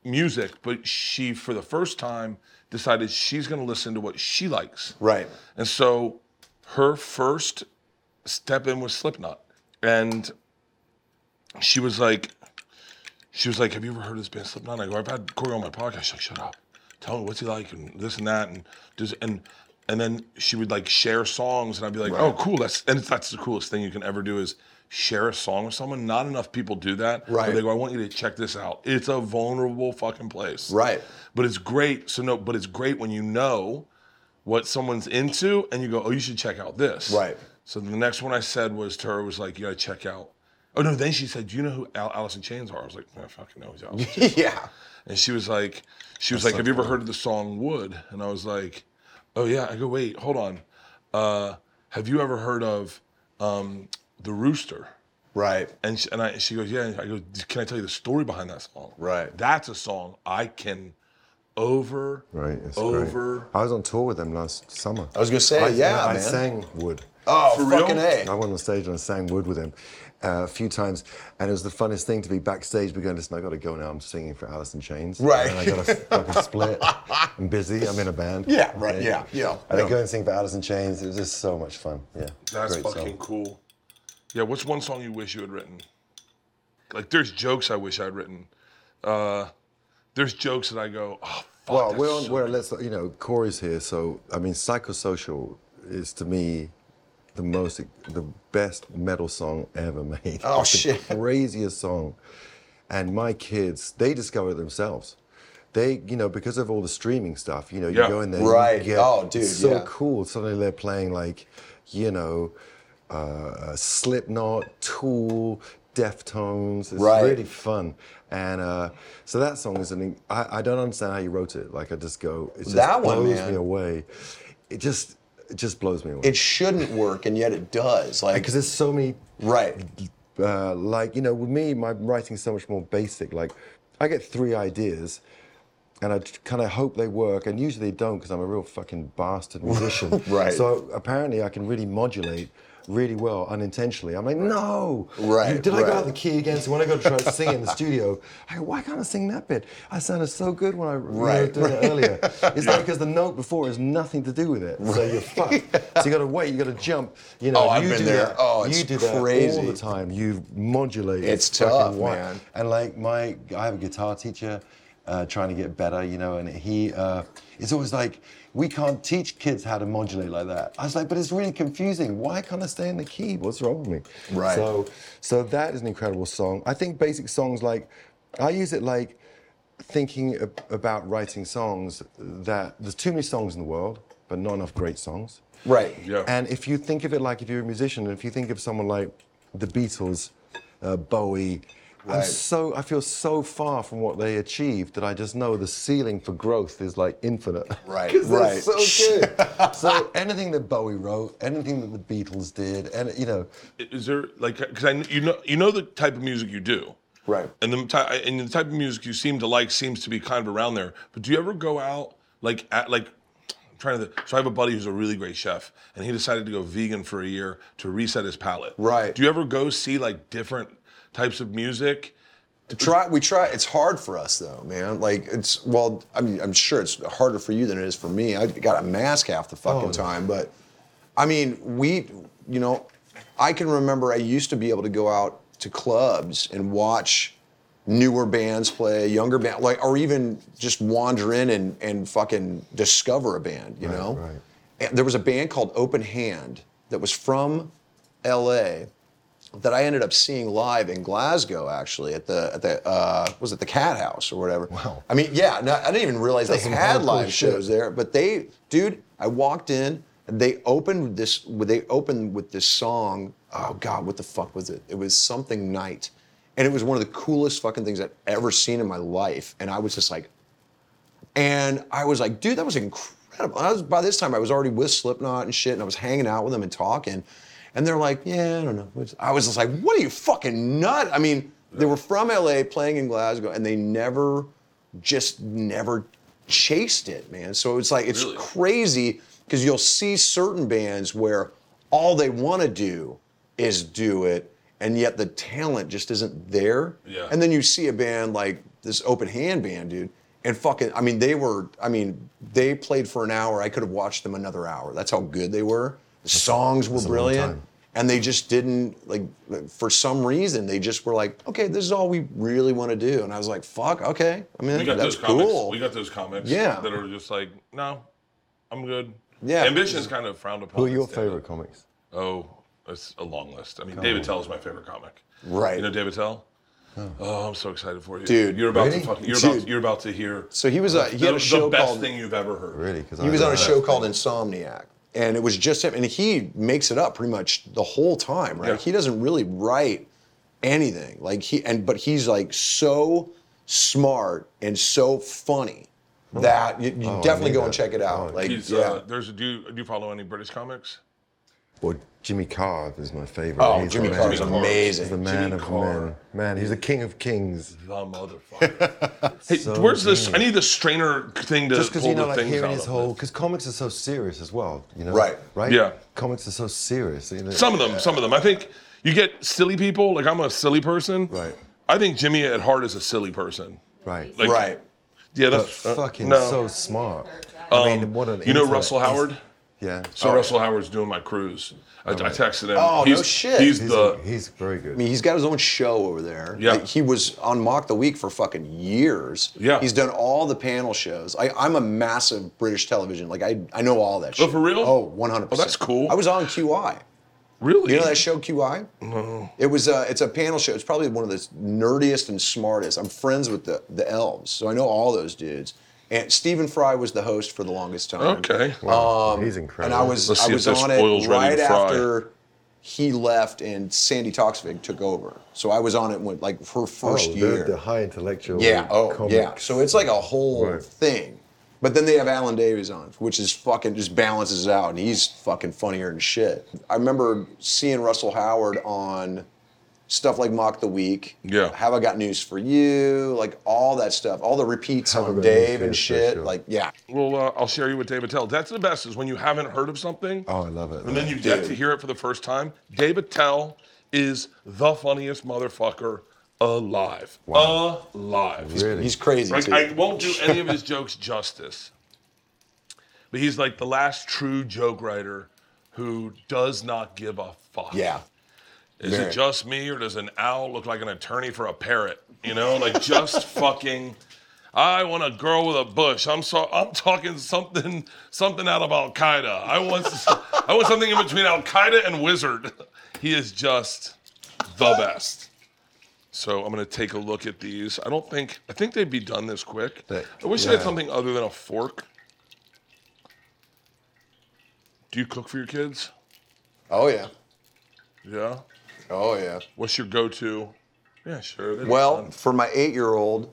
C: music, but she, for the first time, decided she's going to listen to what she likes.
H: Right.
C: And so, her first step in was Slipknot, and she was like, she was like, "Have you ever heard of this band Slipknot?" I go, "I've had Corey on my podcast." She's like, "Shut up, tell me what's he like and this and that and does and." And then she would like share songs, and I'd be like,
H: Right.
C: "Oh, cool! That's and it's, that's the coolest thing you can ever do is share a song with someone. Not enough people do that. where
H: Right.
C: They go, I want you to check this out. It's a vulnerable fucking place.
H: Right.
C: But it's great. So no, but it's great when you know what someone's into, and you go, "Oh, you should check out this."
H: Right.
C: So the next one I said was to her was like, "You gotta check out." Oh no! Then she said, "Do you know who Al- Alice in Chains are?" I was like, "I fucking know who Alice in Chains
H: yeah.
C: and she was like, she was
H: That's
C: like,
H: so
C: have you ever
H: cool.
C: heard of the song Wood? And I was like, oh yeah. I go, wait, hold on. Uh, have you ever heard of um, the Rooster?
H: Right.
C: And she, and I, she goes, yeah. And I go, can I tell you the story behind that song?
H: Right.
C: That's a song I can over,
D: Right. It's
C: over.
D: Great. I was on tour with them last summer.
H: I was gonna say, yeah,
D: I
H: man.
D: sang Wood.
H: Oh, For real? fucking A.
D: I went on stage and I sang Wood with him uh, a few times, and it was the funnest thing to be backstage. We're going, listen, I got to go now. I'm singing for Alice in Chains.
H: Right.
D: And I got a fucking split. I'm busy. I'm in a band.
H: Yeah, right, yeah, yeah.
D: And
H: Yeah.
D: I go and sing for Alice in Chains. It was just so much fun. Yeah.
C: That's
D: great
C: fucking
D: song.
C: cool. Yeah, what's one song you wish you had written? Like, there's jokes I wish I'd written. Uh, there's jokes that I go, oh, fuck.
D: well,
C: that's
D: we're on,
C: so
D: we're let's you know Corey's here, so I mean psychosocial is to me the most the best metal song ever made.
H: Oh,
D: It's
H: shit.
D: The craziest song, and my kids they discover it themselves. They, you know, because of all the streaming stuff, you know,
H: Yeah.
D: you go in there,
H: Right.
D: You get,
H: Oh, dude,
D: it's so
H: yeah.
D: cool. Suddenly they're playing like, you know, uh, Slipknot, Tool, Deftones. It's
H: Right.
D: really fun. And uh, so that song is an. I, I don't understand how you wrote it. Like I just go. It just
H: That one,
D: blows
H: man.
D: me away. It just it just blows me away.
H: It shouldn't work, and yet it does. Like
D: because there's so many
H: right.
D: Uh, like you know, with me, my writing's so much more basic. Like I get three ideas. And I kind of hope they work, and usually they don't because I'm a real fucking bastard musician.
H: Right.
D: So apparently I can really modulate really well unintentionally. I'm like, no.
H: Right,
D: Did I
H: right.
D: go out the key again? So when I go to try to sing in the studio, I go, why can't I sing that bit? I sounded so good when I you know,
H: Right,
D: doing
H: right.
D: it earlier. It's not because the note before has nothing to do with it. So you're fucked. So you got to wait. You got to jump. You know,
H: Oh, I've
D: you
H: been
D: do
H: there.
D: That.
H: Oh, it's
D: you do that all
H: crazy.
D: the time. You modulate.
H: It's
D: fucking
H: tough,
D: wild.
H: man.
D: And like my, I have a guitar teacher, uh, trying to get better, you know, and he, uh, it's always like, we can't teach kids how to modulate like that. I was like, but it's really confusing. Why can't I stay in the key? What's wrong with me?
H: Right.
D: So, so that is an incredible song. I think basic songs like, I use it like thinking ab- about writing songs that there's too many songs in the world, but not enough great songs.
H: Right.
C: Yeah.
D: And if you think of it like if you're a musician, and if you think of someone like the Beatles, uh, Bowie, I'm
H: Right.
D: so I feel so far from what they achieved that I just know the ceiling for growth is like infinite.
H: Right,
D: 'Cause they're
H: right.
D: so good. so anything that Bowie wrote, anything that the Beatles did, and you know,
C: is there like because I kn- you know you know the type of music you do,
H: Right.
C: and the ty- and the type of music you seem to like seems to be kind of around there. But do you ever go out like at like I'm trying to so I have a buddy who's a really great chef, and he decided to go vegan for a year to reset his palate.
H: Right.
C: Do you ever go see like different types of music?
H: Try we try. It's hard for us though, man. Like it's well, I mean, I'm sure it's harder for you than it is for me. I got a mask half the fucking
D: Oh.
H: time, but I mean, we, you know, I can remember I used to be able to go out to clubs and watch newer bands play, younger band, like, or even just wander in and and fucking discover a band, you know.
D: right.
H: And there was a band called Open Hand that was from L.A. that I ended up seeing live in Glasgow, actually, at the at the uh, was it the Cat House or whatever. Wow. I mean, yeah, no, I didn't even realize they
D: That's some
H: had
D: hardcore
H: live
D: shit.
H: shows there, but they, dude, I walked in. and They opened this. They opened with this song. Oh God, what the fuck was it? It was something night, and it was one of the coolest fucking things I've ever seen in my life. And I was just like, and I was like, dude, that was incredible. I was by this time I was already with Slipknot and shit, and I was hanging out with them and talking. And they're like, yeah, I don't know. I was just like, what are you fucking nut? I mean, they were from LA playing in Glasgow, and they never, just never chased it, man. So it's like it's crazy because you'll see certain bands where all they want to do is do it, and yet the talent just isn't there.
C: Yeah.
H: And then you see a band like this open hand band, dude, and fucking, I mean, they were, I mean, they played for an hour. I could have watched them another hour. That's how good they were. The songs were
D: that's a long
H: brilliant.
D: time.
H: And they just didn't, like, for some reason, they just were like, okay, this is all we really want to do. And I was like, fuck, okay. I mean,
C: we got
H: that's
C: those comics.
H: cool.
C: We got those comics.
H: Yeah.
C: That are just like, no, I'm good.
H: Yeah.
C: Ambition's kind of frowned upon.
D: Who are your
C: in stand-up.
D: favorite comics?
C: Oh, it's a long list. I mean,
D: Come
C: David
D: on.
C: Tell is my favorite comic.
H: Right.
C: You know David Tell? Oh, I'm so excited for you,
H: Dude,
C: You're about
H: really?
C: to fucking, you're about
H: Dude.
C: to, you're about to hear.
H: So he was a- he
C: the,
H: had a show
C: the best
H: called-
C: thing you've ever heard.
D: Really? Because
H: He was on a show called Insomniac, and it was just him. And he makes it up pretty much the whole time, right?
C: Yeah.
H: He doesn't really write anything, like he and but he's like so smart and so funny that you, you
D: Oh, I
H: definitely
D: need
H: go and
D: that.
H: check it out.
D: Oh,
H: like,
C: He's,
H: yeah,
C: uh, there's a, do, you, do you follow any British comics?
D: Well, Jimmy Carr is my favorite.
H: Oh,
D: He's the
H: Jimmy
D: man-
H: Carr is
D: Jimmy
H: amazing.
D: He's the man
C: Jimmy
D: of
C: Carr.
D: men. Man, he's the king of kings.
C: The motherfucker. hey,
D: So
C: where's this?
D: genius.
C: I need the strainer thing to
D: just because
C: pull
D: you know,
C: the
D: like
C: things out
D: hearing his
C: of.
D: whole because comics are so serious as well, you know.
H: Right.
D: Right.
C: Yeah.
D: Comics are so serious. You know?
C: Some of them, some of them. I think you get silly people. Like I'm a silly person.
D: Right.
C: I think Jimmy at heart is a silly person.
D: Right.
C: Like,
H: right.
C: Yeah,
D: But
C: that's uh,
D: fucking
C: no.
D: so smart.
C: Um,
D: I mean, what an
C: you know
D: intellect.
C: Russell Howard.
D: Yeah.
C: So Russell Howard's doing my cruise. I, I texted him.
H: Oh, no
C: he's,
H: shit.
C: He's,
D: He's,
C: the
D: he's very
H: I
D: good.
H: mean, he's got his own show over there.
C: Yeah.
H: Like, he was on Mock the Week for fucking years.
C: Yeah.
H: He's done all the panel shows. I, I'm a massive British television. Like, I, I know all that
C: Oh,
H: shit.
C: for real?
H: Oh, 100%.
C: Oh, that's cool.
H: I was on QI.
C: really.
H: You know that show QI? No. It was a, it's a panel show. It's probably one of the nerdiest and smartest. I'm friends with the the elves, so I know all those dudes. And Stephen Fry was the host for the longest time.
C: Okay.
D: Wow, he's
H: um, And
D: incredible.
H: I was
C: Let's see
H: I
C: if
H: was
C: this
H: on it
C: oil's ready
H: right
C: to fry.
H: after he left and Sandy Toksvig took over. So I was on it when like her
D: Oh,
H: first
D: the-
H: year.
D: the high intellectual.
H: yeah. Oh,
D: comic.
H: yeah. So it's like a whole
D: Right.
H: thing. But then they have Alan Davies on, which is fucking just balances it out, and he's fucking funnier than shit. I remember seeing Russell Howard on stuff like Mock the Week.
C: Yeah.
H: Have I got news for you? Like all that stuff, all the repeats
D: Have I
H: on
D: Got News
H: Dave
D: for You
H: and
D: is so
H: shit.
D: sure.
H: Like yeah.
C: Well, uh, I'll share you with David Tell. That's the best is when you haven't heard of something
D: Oh, I love it.
C: and then you get
H: Dude.
C: to hear it for the first time. David Tell is the funniest motherfucker alive. Alive. He's
D: really.
H: He's crazy
C: Like,
H: too.
C: I won't do any of his jokes justice. But he's like the last true joke writer who does not give a fuck.
H: yeah.
C: Is
H: very.
C: it just me or does an owl look like an attorney for a parrot? You know, like just fucking I want a girl with a bush. I'm so I'm talking something something out of Al Qaeda. I want s- I want something in between Al Qaeda and Wizard. He is just the best. So I'm gonna take a look at these. I don't think I think they'd be done this quick.
D: They-
C: I wish they had
D: yeah.
C: something other than a fork. Do you cook for your kids?
H: Oh yeah.
C: Yeah.
H: Oh yeah.
C: What's your go-to? Yeah, sure. that'd be
H: Well,
C: fun.
H: for my eight-year-old,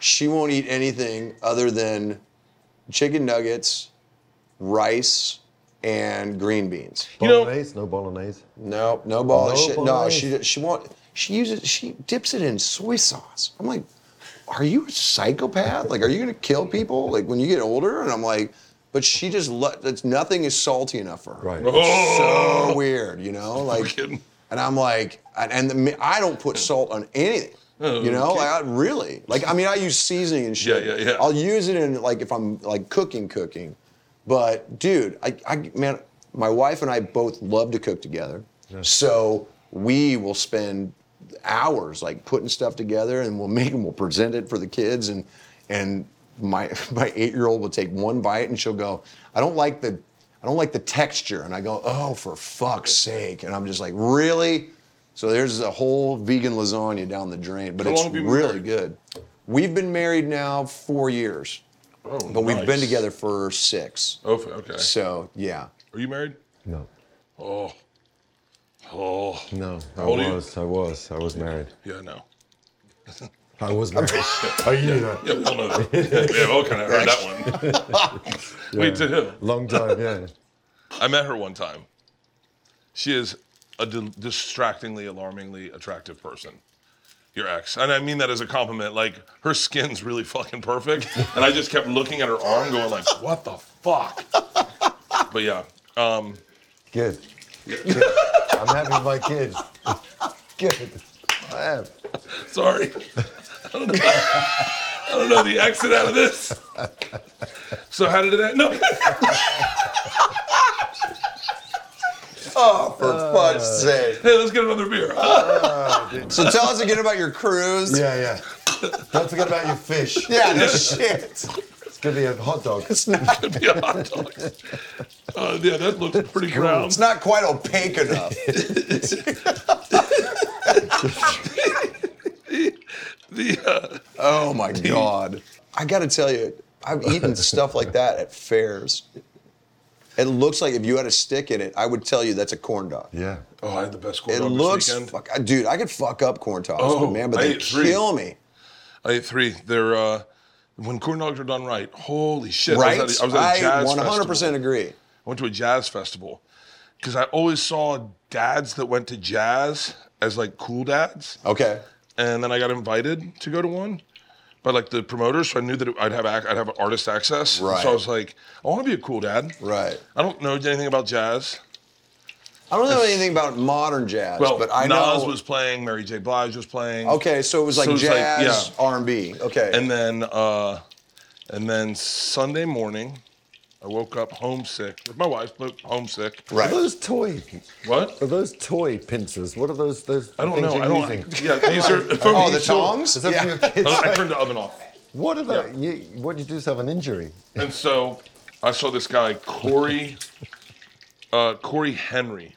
H: she won't eat anything other than chicken nuggets, rice, and green beans.
C: you know-
D: Bolognese? no bolognese.
H: No, no ball.
D: No
H: she, no,
D: ball.
H: she she won't. She uses she dips it in soy sauce. I'm like, are you a psychopath? Like, are you gonna kill people? Like when you get older? And I'm like, but she just lo- that's nothing is salty enough for her.
D: Right. Oh.
H: So weird, you know? Like,
C: Fucking-
H: and I'm like, and, and the, mi- I don't put salt on anything.
D: Oh,
H: You know, like I, really, like I mean, I use seasoning and shit.
C: Yeah, yeah, yeah.
H: I'll use it in like if I'm like cooking, cooking. But dude, I, I man, my wife and I both love to cook together. So we will spend hours like putting stuff together, and we'll make and we'll present it for the kids, and and my my eight year old will take one bite and she'll go, I don't like the I don't like the texture, and I go, oh for fuck's sake, and I'm just like really. So there's a whole vegan lasagna down the drain, but
C: How
H: it's
C: long have you been
H: really good. We've been married now four years,
C: Oh,
H: but we've been
C: nice.
H: together for six.
C: Oh, okay.
H: So yeah,
C: Are you married?
D: No.
C: Oh. Oh.
D: No, I
C: How old are you?
D: was, I was, I was married.
C: Yeah, no.
D: I was married. oh, you knew that.
C: Yeah, we all know that. yeah, we all kind of heard that one. Wait, to who?
D: Long time, yeah.
C: I met her one time. She is a di- distractingly, alarmingly attractive person. Your ex, and I mean that as a compliment. Like her skin's really fucking perfect, and I just kept looking at her arm, going like, "What the fuck?" But yeah, um,
D: Good. Good. I'm happy with my kids. Good. I am.
C: sorry. I don't know. I don't know the exit out of this. So how did it end? No.
H: Oh, for fuck's
C: Uh,
H: sake.
C: Hey, let's get another beer.
H: So tell us again about your cruise.
D: Yeah, yeah. Don't forget about your fish.
H: Yeah, no shit.
D: It's gonna be a hot dog.
H: It's not,
C: Could be a hot dog. Uh, yeah, that looks pretty brown.
H: it's not quite opaque enough.
C: The, uh,
H: Oh my god! I got to tell you, I've eaten stuff like that at fairs. It looks like if you had a stick in it, I would tell you that's a corn dog.
D: Yeah.
C: oh, I had the best corn
H: It
C: dog
H: looks,
C: this weekend.
H: fuck, I- dude. I could fuck up corn dogs,
C: Oh,
H: man, but
C: I
H: they
C: ate three.
H: kill me.
C: I ate three. They're uh, when corn dogs are done right. Holy shit!
H: Right?
C: I was at a, I was at a jazz festival.
H: agree.
C: I went to a jazz festival because I always saw dads that went to jazz as like cool dads,
H: Okay.
C: and then I got invited to go to one by like the promoters, so I knew that I'd have ac- I'd have artist access.
H: Right.
C: So I was like, I want to be a cool dad.
H: Right.
C: I don't know anything about jazz.
H: I don't know anything about modern jazz,
C: Well,
H: but I
C: Nas
H: know.
C: was playing, Mary J. Blige was playing.
H: okay, so it was like
C: So it was like,
H: jazz,
C: yeah.
H: R&B. Okay.
C: And then uh, and then Sunday morning, I woke up homesick with my wife, but homesick.
D: Are
H: right.
D: those toy?
C: What?
D: Are those toy pincers? What are those? Those
C: I don't
D: things
C: know.
D: you're
C: I don't.
D: using?
C: Yeah, these are.
H: Oh, the
C: these are-
H: tongs.
D: Is that for your kids?
C: I turned the oven off,
D: What are they? You, what do you do is have an injury?
C: and so I saw this guy Corey, uh, Corey Henry,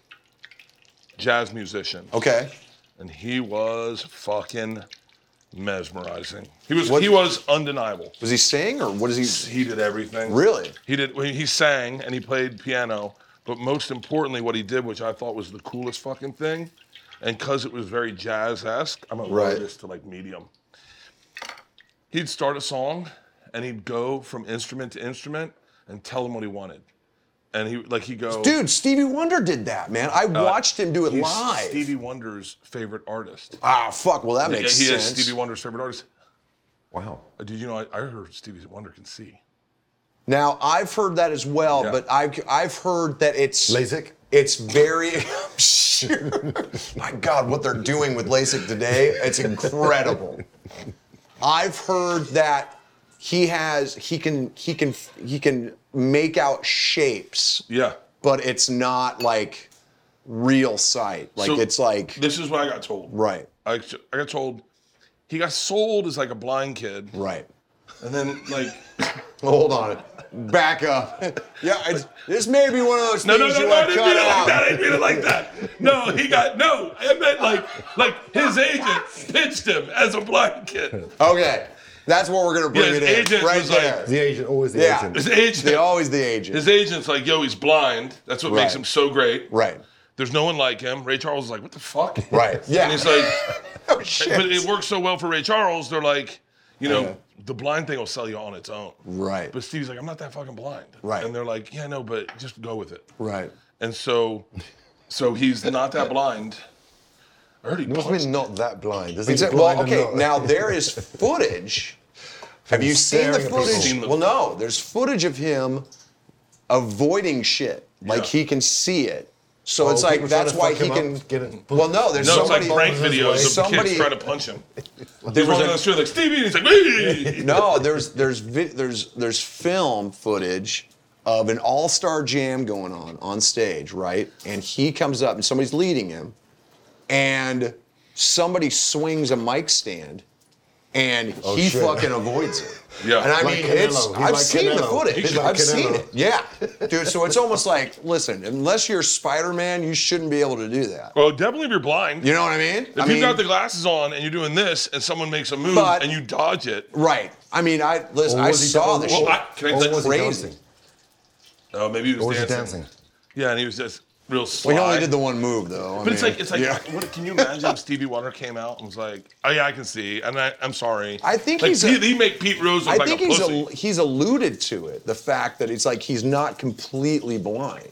C: jazz musician,
H: Okay.
C: and he was fucking mesmerizing. He was
H: What-
C: he was undeniable.
H: Was he singing or what is he?
C: He did everything.
H: Really?
C: He did. well, He sang and he played piano, but most importantly, what he did, which I thought was the coolest fucking thing, and because it was very jazz-esque, I'm gonna
H: Right.
C: lower this to like medium. He'd start a song, and he'd go from instrument to instrument and tell them what he wanted, and he like he go,
H: Dude, Stevie Wonder did that, man. I watched him do it
C: Uh, he's
H: live.
C: Stevie Wonder's favorite artist.
H: Ah, fuck. Well, that makes
C: he
H: sense.
C: is Stevie Wonder's favorite artist.
D: Wow.
C: Uh, Did you know? I, I heard Stevie Wonder can see.
H: Now I've heard that as well,
C: Yeah.
H: but I've I've heard that it's
D: LASIK?
H: It's very I'm sure. My God, what they're doing with LASIK today, it's incredible. I've heard that he has he can he can he can make out shapes,
C: Yeah.
H: but it's not like real sight. Like
C: So,
H: it's like
C: This is what I got told.
H: right,
C: I, I got told he got sold as like a blind kid,
H: right.
C: and then like
H: Hold on. Back up. yeah, it's, this may be one of those
C: no, no,
H: things
C: no,
H: you
C: no, I
H: want to
C: didn't mean
H: cut
C: it like
H: out.
C: that. I didn't mean it like that. No, he got no. I meant like like his agent pitched him as a blind kid.
H: Okay. That's what we're gonna bring
C: Yeah, his
H: it in.
C: agent
H: Right
C: was like-
H: there.
D: The agent, always the
H: Yeah.
D: agent.
C: His
H: They
C: agent,
H: always the agent.
C: his agent's like, yo, he's blind. That's what makes
H: Right.
C: him so great.
H: right.
C: There's no one like him. Ray Charles is like, what the fuck?
H: Right. Yeah.
C: And he's like,
H: oh shit.
C: but it works so well for Ray Charles. They're like, you know, the blind thing will sell you on its own.
H: Right.
C: But Steve's like, I'm not that fucking blind.
H: Right.
C: And they're like, yeah, no, but just go with it.
H: Right.
C: And so, so he's not that blind. I heard he
D: It must
C: punched-
D: have been not that blind. Is
H: Exa-
D: it
H: well,
D: blind or
H: okay.
D: not?
H: Now there is footage. Have you seen the
D: staring at people.
H: footage?
C: Seen the-
H: well, no. There's footage of him avoiding shit. Like
C: Yeah.
H: he can see it. So
D: Oh,
H: it's like
D: people trying
H: that's
D: to
H: why
D: fuck
H: he
D: him
H: can.
D: up, get it-
H: well, no. There's
C: no,
H: somebody.
C: it's like prank videos of
H: somebody-
C: kids trying to punch him.
H: there
C: He's
H: was
C: one
H: a-
C: of those two, like Stevie, and he's like, "Wee!"
H: no, there's there's vi- there's there's film footage of an all-star jam going on on stage, right? And he comes up and somebody's leading him, and somebody swings a mic stand and
E: Oh,
H: he
E: shit.
H: fucking avoids it.
E: Yeah.
H: And I
E: Like
H: mean,
E: Canelo.
H: it's
E: He's
H: I've
E: like
H: seen the
E: Canelo.
H: footage.
E: He's like
H: I've seen
E: Canelo.
H: it. Yeah, dude. So it's almost like, listen, unless you're Spider-Man, you shouldn't be able to do that.
C: Well, definitely if you're blind.
H: You know what I mean?
C: If
H: I
C: you've
H: mean-
C: got the glasses on and you're doing this, and someone makes a move
H: But-
C: and you dodge it,
H: Right. I mean, I listen.
C: Or
H: I
C: was he
H: saw
C: dancing?
H: this
C: Well,
H: shit.
C: I- can I tell you-
H: it's
C: was he
H: crazy.
C: Oh, maybe he was,
H: Or was he
C: dancing.
H: dancing?
C: Yeah, and he was just real sly.
H: Well, he only did the one move though. I
C: But it's
H: mean,
C: like it's like what, can you imagine if Stevie Wonder came out and was like, "Oh yeah, I can see," and I, I'm sorry.
H: I think
C: like,
H: he's a-
C: he, he make Pete Rose look
H: I
C: like
H: think
C: a
H: he's
C: pussy.
H: al- he's alluded to it, the fact that it's like he's not completely blind,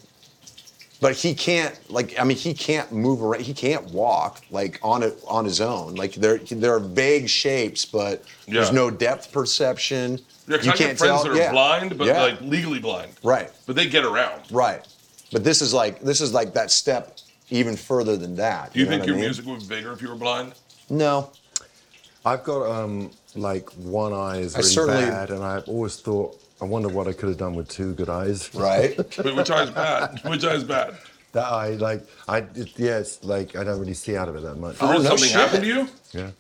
H: but he can't like I mean he can't move around, he can't walk like on it on his own. Like there there are vague shapes, but there's
C: Yeah.
H: no depth perception.
C: Yeah, 'cause I got friends that are
H: yeah.
C: blind, but
H: Yeah.
C: like legally blind.
H: right,
C: But they get around.
H: right. But this is like this is like that step even further than that.
C: Do you,
H: know
C: think
H: what I
C: your
H: mean?
C: music would be bigger if you were blind?
H: No.
D: I've got um like one eye is
C: I
D: really
C: certainly-
D: bad, and I've always thought, I wonder what I could have done with two good eyes.
H: Right.
C: But which eye's bad? Which eye's bad?
D: that eye, like I, it, yeah, it's like I don't really see out of it that much.
C: For real, something happened to you?
D: Yeah.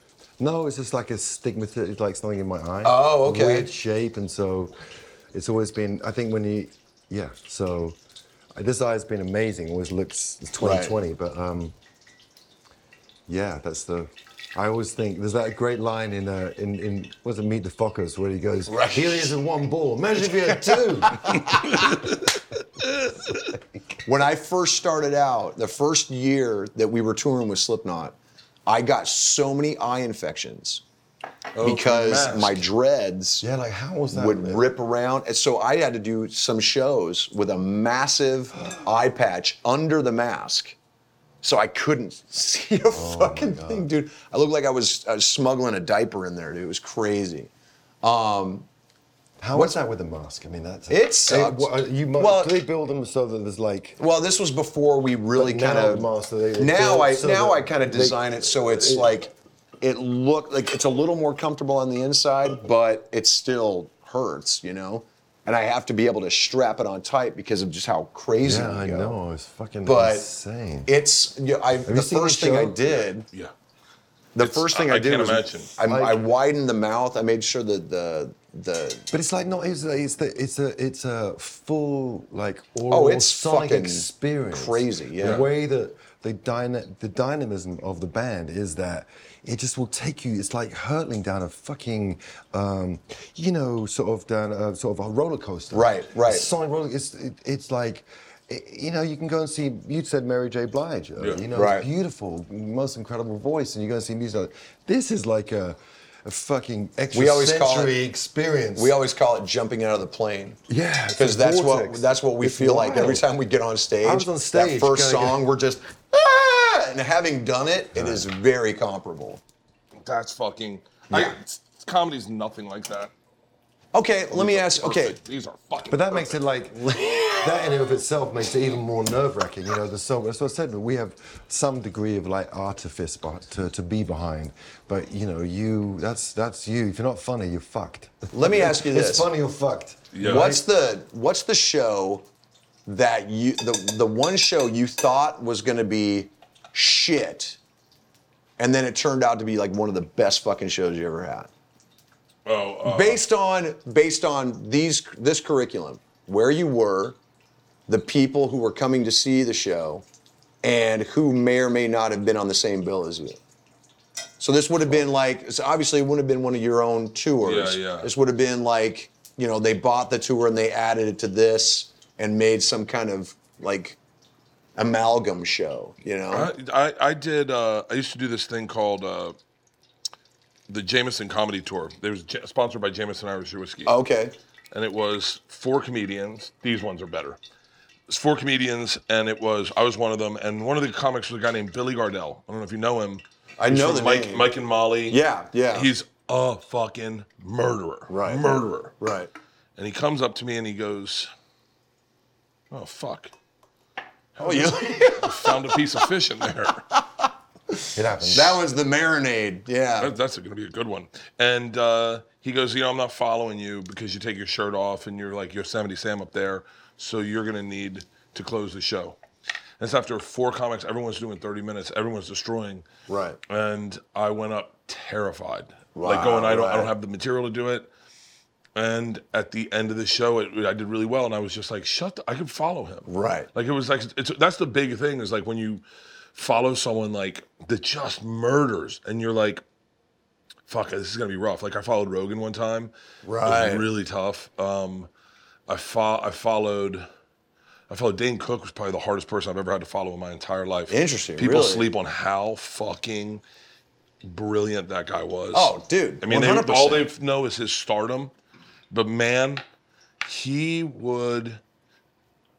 D: No, it's just like a stigmatism, it's like something in my eye.
H: Oh, okay.
D: Weird shape, and so it's always been. I think when you, yeah. So uh, this eye has been amazing. Always looks it's 2020, but um, yeah, that's the. I always think there's that great line in uh, in in was it Meet the Fockers where he goes,
E: Right.
D: "Here he is in one ball. Imagine if he had two.
H: when I first started out, the first year that we were touring with Slipknot, I got so many eye infections because
D: mask.
H: my dreads
D: Oh, yeah, like how was that?
H: would rip around. And so I had to do some shows with a massive eye patch under the mask. So I couldn't see a
D: Oh,
H: fucking thing, dude. I looked like I was, I was smuggling a diaper in there, dude. It was crazy. Um,
D: How was that with a mask? I mean, that's
H: It sucked.
D: what- you must,
H: Well-
D: they build them so that there's like
H: Well, this was before we really
D: But now
H: kind of
D: the master, they- they
H: now
D: build
H: I
D: so
H: now
D: that
H: I kind of
D: they-
H: design it so it's
D: it-
H: like it look like it's a little more comfortable on the inside, but it still hurts, you know. And I have to be able to strap it on tight because of just how crazy.
D: Yeah, I
H: we go.
D: know. It's fucking
H: But
D: insane.
H: It's yeah, I,
D: you
H: the
D: seen the
H: first thing I
D: show?
H: did.
C: Yeah.
H: The
C: It's-
H: first thing
C: I-
H: I,
C: I
H: did
C: can't
H: was
C: imagine.
H: I, I
D: Like-
H: widened the mouth. I made sure that the the
D: But it's like not. It's a. It's, the, it's a. It's a full like oral
H: Oh, it's
D: sonic
H: fucking
D: experience.
H: crazy, yeah.
D: The way that the dyna- the dynamism of the band is that it just will take you. It's like hurtling down a fucking, um, you know, sort of down a sort of a roller coaster.
H: Right, right.
D: Sonic roller. It's it, it's like. i- You know, you can go and see. You said Mary J. Blige. earlier,
C: Yeah.
D: You know,
H: Right.
D: it's beautiful, most incredible voice, and you go and see music. like- This is like a, a fucking extra
H: We always call it-
D: sensory experience.
H: we always call it jumping out of the plane.
D: Yeah, it's
H: because
D: a
H: that's
D: vortex.
H: what that's what we
D: It's
H: feel like every
D: wild.
H: time we get on stage.
D: I was on
H: That
D: stage,
H: first
D: kinda go-
H: song, we're just ah! and having done it, it is very comparable.
C: That's fucking. I- s- comedy's nothing like that.
H: Okay, let me ask. Okay,
C: Perfect. These are fucking.
D: But that makes it like that in and of itself makes it even more nerve wracking. You know, the so that's what I said. We have some degree of like artifice beh- to, to be behind, but you know, you that's that's you. If you're not funny, you're fucked.
H: Let me ask you this.
D: It's funny, you're fucked.
C: Yeah.
H: what's the what's the show that you the the one show you thought was going to be shit, and then it turned out to be like one of the best fucking shows you ever had.
C: Oh, uh,
H: based on based on these this curriculum, where you were, the people who were coming to see the show, and who may or may not have been on the same bill as you. So this would have been like so obviously it wouldn't have been one of your own tours.
C: Yeah, yeah.
H: This would have been like you know they bought the tour and they added it to this and made some kind of like amalgam show. You know.
C: I, I, I did. Uh, I used to do this thing called uh, the Jameson Comedy Tour. It was j- sponsored by Jameson Irish Whiskey.
H: Okay.
C: and it was four comedians. These ones are better. It's four comedians, and it was I was one of them, and one of the comics was a guy named Billy Gardell. I don't know if you know him.
H: I
C: He's
H: know
C: from
H: the
C: Mike,
H: name.
C: Mike and Molly.
H: Yeah, yeah.
C: He's a fucking murderer.
H: Right.
C: murderer.
H: Right.
C: And he comes up to me and he goes, "Oh fuck,
H: Oh yeah.
C: I found a piece of fish in there."
D: It happens.
H: that was the marinade. Yeah.
C: That- that's going to be a good one. And uh, he goes, you know, I'm not following you because you take your shirt off and you're like Yosemite Sam up there, so you're going to need to close the show. That's after four comics. Everyone's doing 30 minutes. Everyone's destroying.
H: Right.
C: And I went up terrified. like going, I don't, I
H: right.
C: don't have the material to do it. And at the end of the show, it, I did really well, and I was just like, shut. The, I could follow him.
H: Right.
C: Like it was like it's, that's the big thing is like when you follow someone like that just murders, and you're like, fuck, this is gonna be rough. Like I followed Rogan one time. It
H: Right.
C: was really tough. Um, I fo- I followed. I followed Dane Cook was probably the hardest person I've ever had to follow in my entire life.
H: Interesting,
C: People
H: really.
C: sleep on how fucking brilliant that guy was.
H: Oh, dude,
C: I mean, they,
H: 100%.
C: all they know is his stardom, but man, he would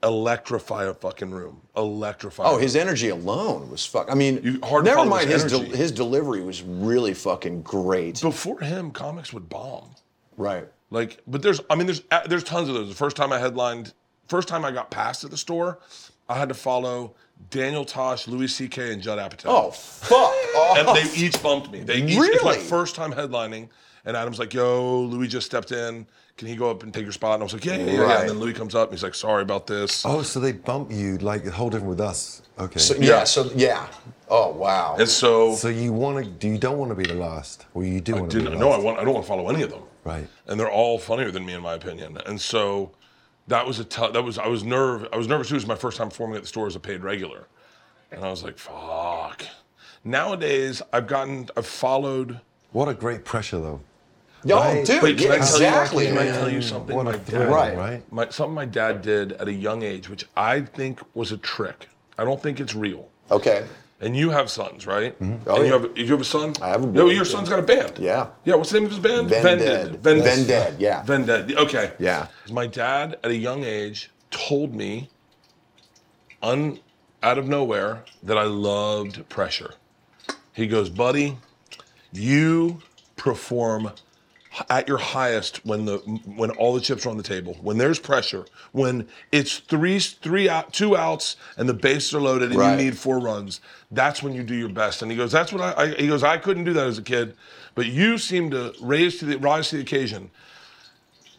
C: electrify a fucking room. Electrify.
H: Oh,
C: a
H: his
C: room.
H: energy alone was fuck. I mean,
C: You- hard to
H: never
C: follow
H: mind
C: his
H: his del-
C: energy.
H: his delivery was really fucking great.
C: Before him, comics would bomb.
H: Right.
C: Like, but there's, I mean, there's uh, there's tons of those. The first time I headlined, first time I got passed at the store, I had to follow Daniel Tosh, Louis C.K., and Judd Apatow.
H: Oh fuck.
C: and they each bumped me. They each, It's my
H: Really?
C: first time headlining, and Adam's like, "Yo, Louis just stepped in. Can he go up and take your spot?" And I was like, "Yeah, yeah, yeah."
D: Right.
C: And then Louis comes up, and he's like, "Sorry about this."
D: Oh, so they bump you like the whole different with us. Okay.
H: So, yeah, So yeah. Oh wow.
C: And so,
D: So you want to? Do you don't want to be the last, or you do
C: I
D: want to be the
C: didn't.
D: last?
C: No, I want. I don't want to follow any of them.
D: Right.
C: and they're all funnier than me in my opinion. And so that was a tough. That was I was nerve. I was nervous. too. It was my first time performing at the store as a paid regular, and I was like, "Fuck." Nowadays, I've gotten. I've followed.
D: What a great pressure, though.
H: Yo,
D: Right?
H: dude,
C: Wait,
H: yeah,
C: can I tell you-
H: exactly.
C: can I
H: man.
C: tell you something?
D: What
C: my
D: a
C: dad,
D: thrill,
H: Right.
D: right?
C: my, something my dad did at a young age, which I think was a trick. I don't think it's real.
H: Okay.
C: And you have sons, right? Mm-hmm.
H: Oh,
C: and you
H: yeah.
C: have you have a son? I
H: have a
C: No,
H: boy,
C: your
H: yeah.
C: son's got a band.
H: Yeah.
C: Yeah, what's the name of his band?
H: Vended.
C: Vended.
H: Vended, yeah.
C: Vended. Okay.
H: Yeah.
C: My dad at a young age told me un out of nowhere that I loved pressure. He goes, "Buddy, you perform at your highest when the when all the chips are on the table. When there's pressure, when it's three three out two outs and the bases are loaded and
H: Right.
C: you need four runs, that's when you do your best." And he goes, "That's what I, I he goes, I couldn't do that as a kid, but you seem to raise to the rise to the occasion."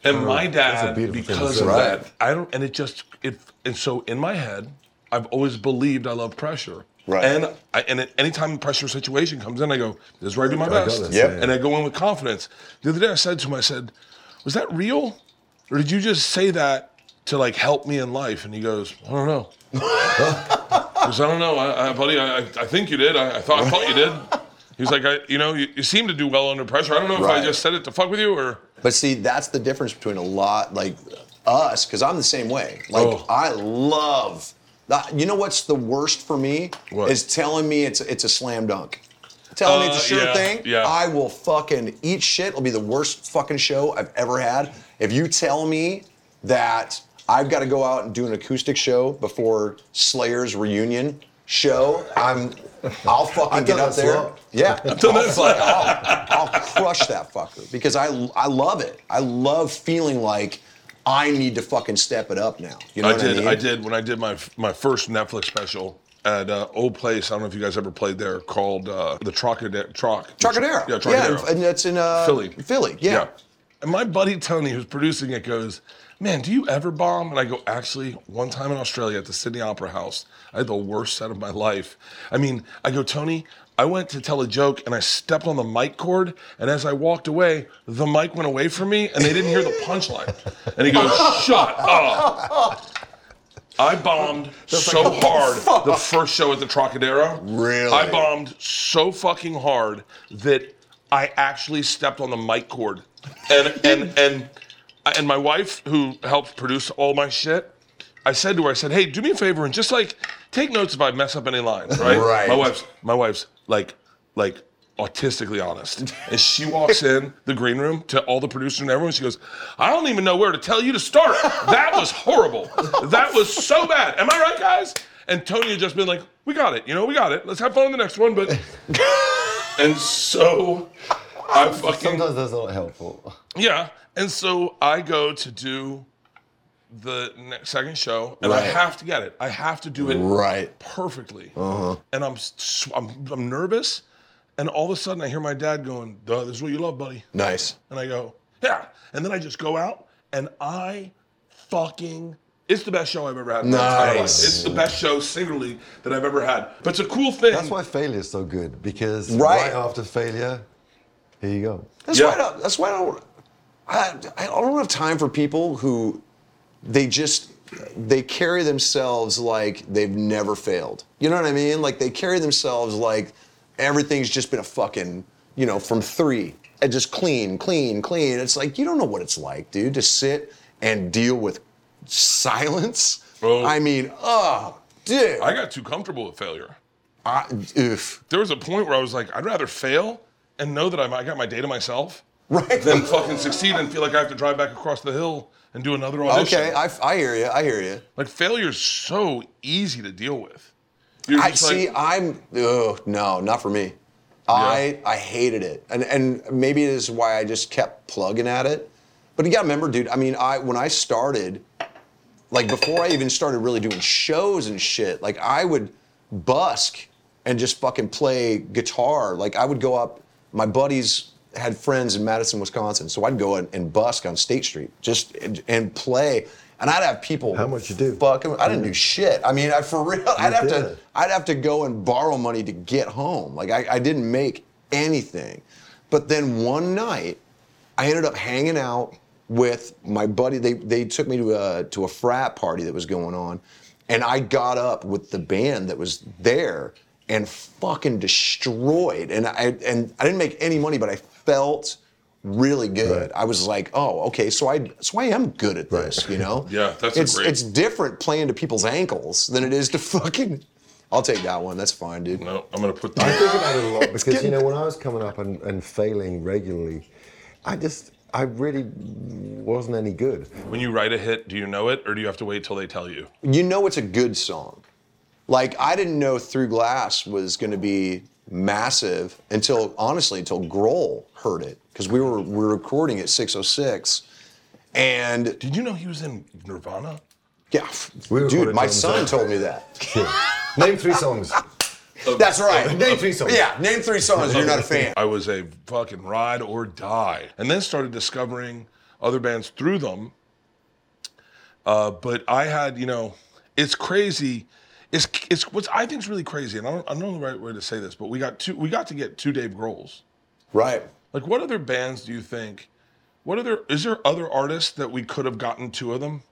C: And my dad,
D: Oh, beautiful thing to
C: because
D: say.
C: of
H: Right.
C: that, I don't, and it just, it, and so in my head, I've always believed I love pressure.
H: Right.
C: And I, and at any time a pressure situation comes in, I go, this is where I do my
D: got
C: best.
D: this, Yep. yeah.
C: And I go in with confidence. The other day I said to him, I said, was that real? Or did you just say that to like help me in life? And he goes, I don't know. Because I don't know, I, I, buddy, I, I I think you did. I, I thought I thought you did. He's like, I, you know, you, you seem to do well under pressure. I don't know if
H: Right.
C: I just said it to fuck with you or.
H: But see, that's the difference between a lot like us, because I'm the same way. Like
C: Oh.
H: I love that. You know what's the worst for me
C: What?
H: is telling me it's it's a slam dunk. Telling me it's a
C: Uh,
H: sure
C: yeah,
H: thing.
C: yeah.
H: I will fucking eat shit. It'll be the worst fucking show I've ever had. If you tell me that I've got to go out and do an acoustic show before Slayer's reunion show, I'm I'll fucking
D: I've
H: get
D: done
H: up
D: that
H: there.
D: slot.
H: Yeah, I'll, fuck- oh, I'll- I'll crush that fucker because I I love it. I love feeling like I need to fucking step it up now. You know
C: I
H: what
C: did.
H: I mean?
C: I did when I did my my first Netflix special at uh, old place. I don't know if you guys ever played there. Called uh, the Trocadero. Troc.
H: Trocadero.
C: Yeah, Trocadero.
H: and- and that's in uh,
C: Philly.
H: Philly. Yeah.
C: And my buddy Tony, who's producing it, goes, "Man, do you ever bomb?" And I go, "Actually, one time in Australia at the Sydney Opera House, I had the worst set of my life. I mean, I go, Tony." I went to tell a joke and I stepped on the mic cord. And as I walked away, the mic went away from me and they didn't hear the punchline. And he goes, Shut up. I bombed so hard the first show at the Trocadero.
H: Really?
C: I bombed so fucking hard that I actually stepped on the mic cord. And and and and my wife who helps produce all my shit, I said to her, I said, "Hey, do me a favor and just like take notes if I mess up any lines, right?"
H: Right.
C: My wife's my wife's like like autistically honest. And she walks in the green room to all the producers and everyone. She goes, I don't even know where to tell you to start. That was horrible. That was so bad. Am I right, guys? And Tony had just been like, we got it. You know, we got it. Let's have fun in the next one. But and so I fucking
D: Sometimes that's not helpful.
C: yeah. And so I go to do the next, second show, and I
H: Right.
C: have to get it. I have to do it
H: Right.
C: perfectly.
H: Uh-huh.
C: And I'm, s- I'm I'm nervous, and all of a sudden I hear my dad going, "Duh, "This is what you love, buddy."
H: Nice.
C: And I go, "Yeah." And then I just go out and I fucking it's the best show I've ever had. in my entire life.
H: Nice.
C: It's the best show singularly that I've ever had. But it's a cool thing.
D: That's why failure's so good because
H: Right.
D: right, after failure, Here you go.
H: That's why. I don't, that's why I don't. I, I don't have time for people who they just they carry themselves like they've never failed. You know what I mean? Like they carry themselves like everything's just been a fucking you know from three and just clean, clean, clean. It's like you don't know what it's like, dude, to sit and deal with silence. I mean, oh, dude.
C: I got too comfortable with failure.
H: I, oof.
C: There was a point where I was like, I'd rather fail and know that I'm, I got my day to myself
H: Right.
C: than fucking succeed and feel like I have to drive back across the hill and do another audition.
H: Okay, I, I hear you. I hear you.
C: Like failure's so easy to deal with. You're
H: I
C: just like-
H: see. I'm. Oh no, not for me. I I hated it, and and maybe it is why I just kept plugging at it. But you gotta remember, dude. I mean, I when I started, like before I even started really doing shows and shit, like I would busk and just fucking play guitar. Like I would go up. My buddies had friends in Madison, Wisconsin, so I'd go and, and busk on State Street, just and, and play. And I'd have people. How much you do? Fucking, I didn't do shit. I mean, I for real, I'd have to.
D: did.
H: I'd have to go and borrow money to get home. Like I, I didn't make anything. But then one night, I ended up hanging out with my buddy. They they took me to a to a frat party that was going on, and I got up with the band that was there and fucking destroyed. And I and I didn't make any money, but I felt really good. I was like, oh, okay, so I so I am good at this, you know?
C: Yeah, that's a
H: it's
C: great-
H: it's different playing to people's ankles than it is to fucking I'll take that one. That's fine, dude.
C: No, I'm gonna put
D: I
C: that.
D: think about it a lot because you know when I was coming up and, and failing regularly, I just I really wasn't any good.
C: When you write a hit, do you know it or do you have to wait till they tell you?
H: you know it's a good song. Like I didn't know Through Glass was going to be massive until honestly until Grohl heard it because we were we were recording at 606 and
C: Did you know he was in Nirvana?
H: yeah, f-
D: We
H: dude,
D: recorded
H: my
D: songs
H: son
D: out.
H: told me that.
D: Name three songs.
H: That's right.
D: Name three songs.
H: Yeah, name three songs. You're not a fan.
C: I was a fucking ride or die, and then started discovering other bands through them. Uh, but I had, you know, it's crazy. It's it's what I think is really crazy, and I don't, I don't know the right way to say this, but we got two. We got to get two Dave Grohls.
H: Right.
C: Like, what other bands do you think? What other is there other artists that we could have gotten two of them?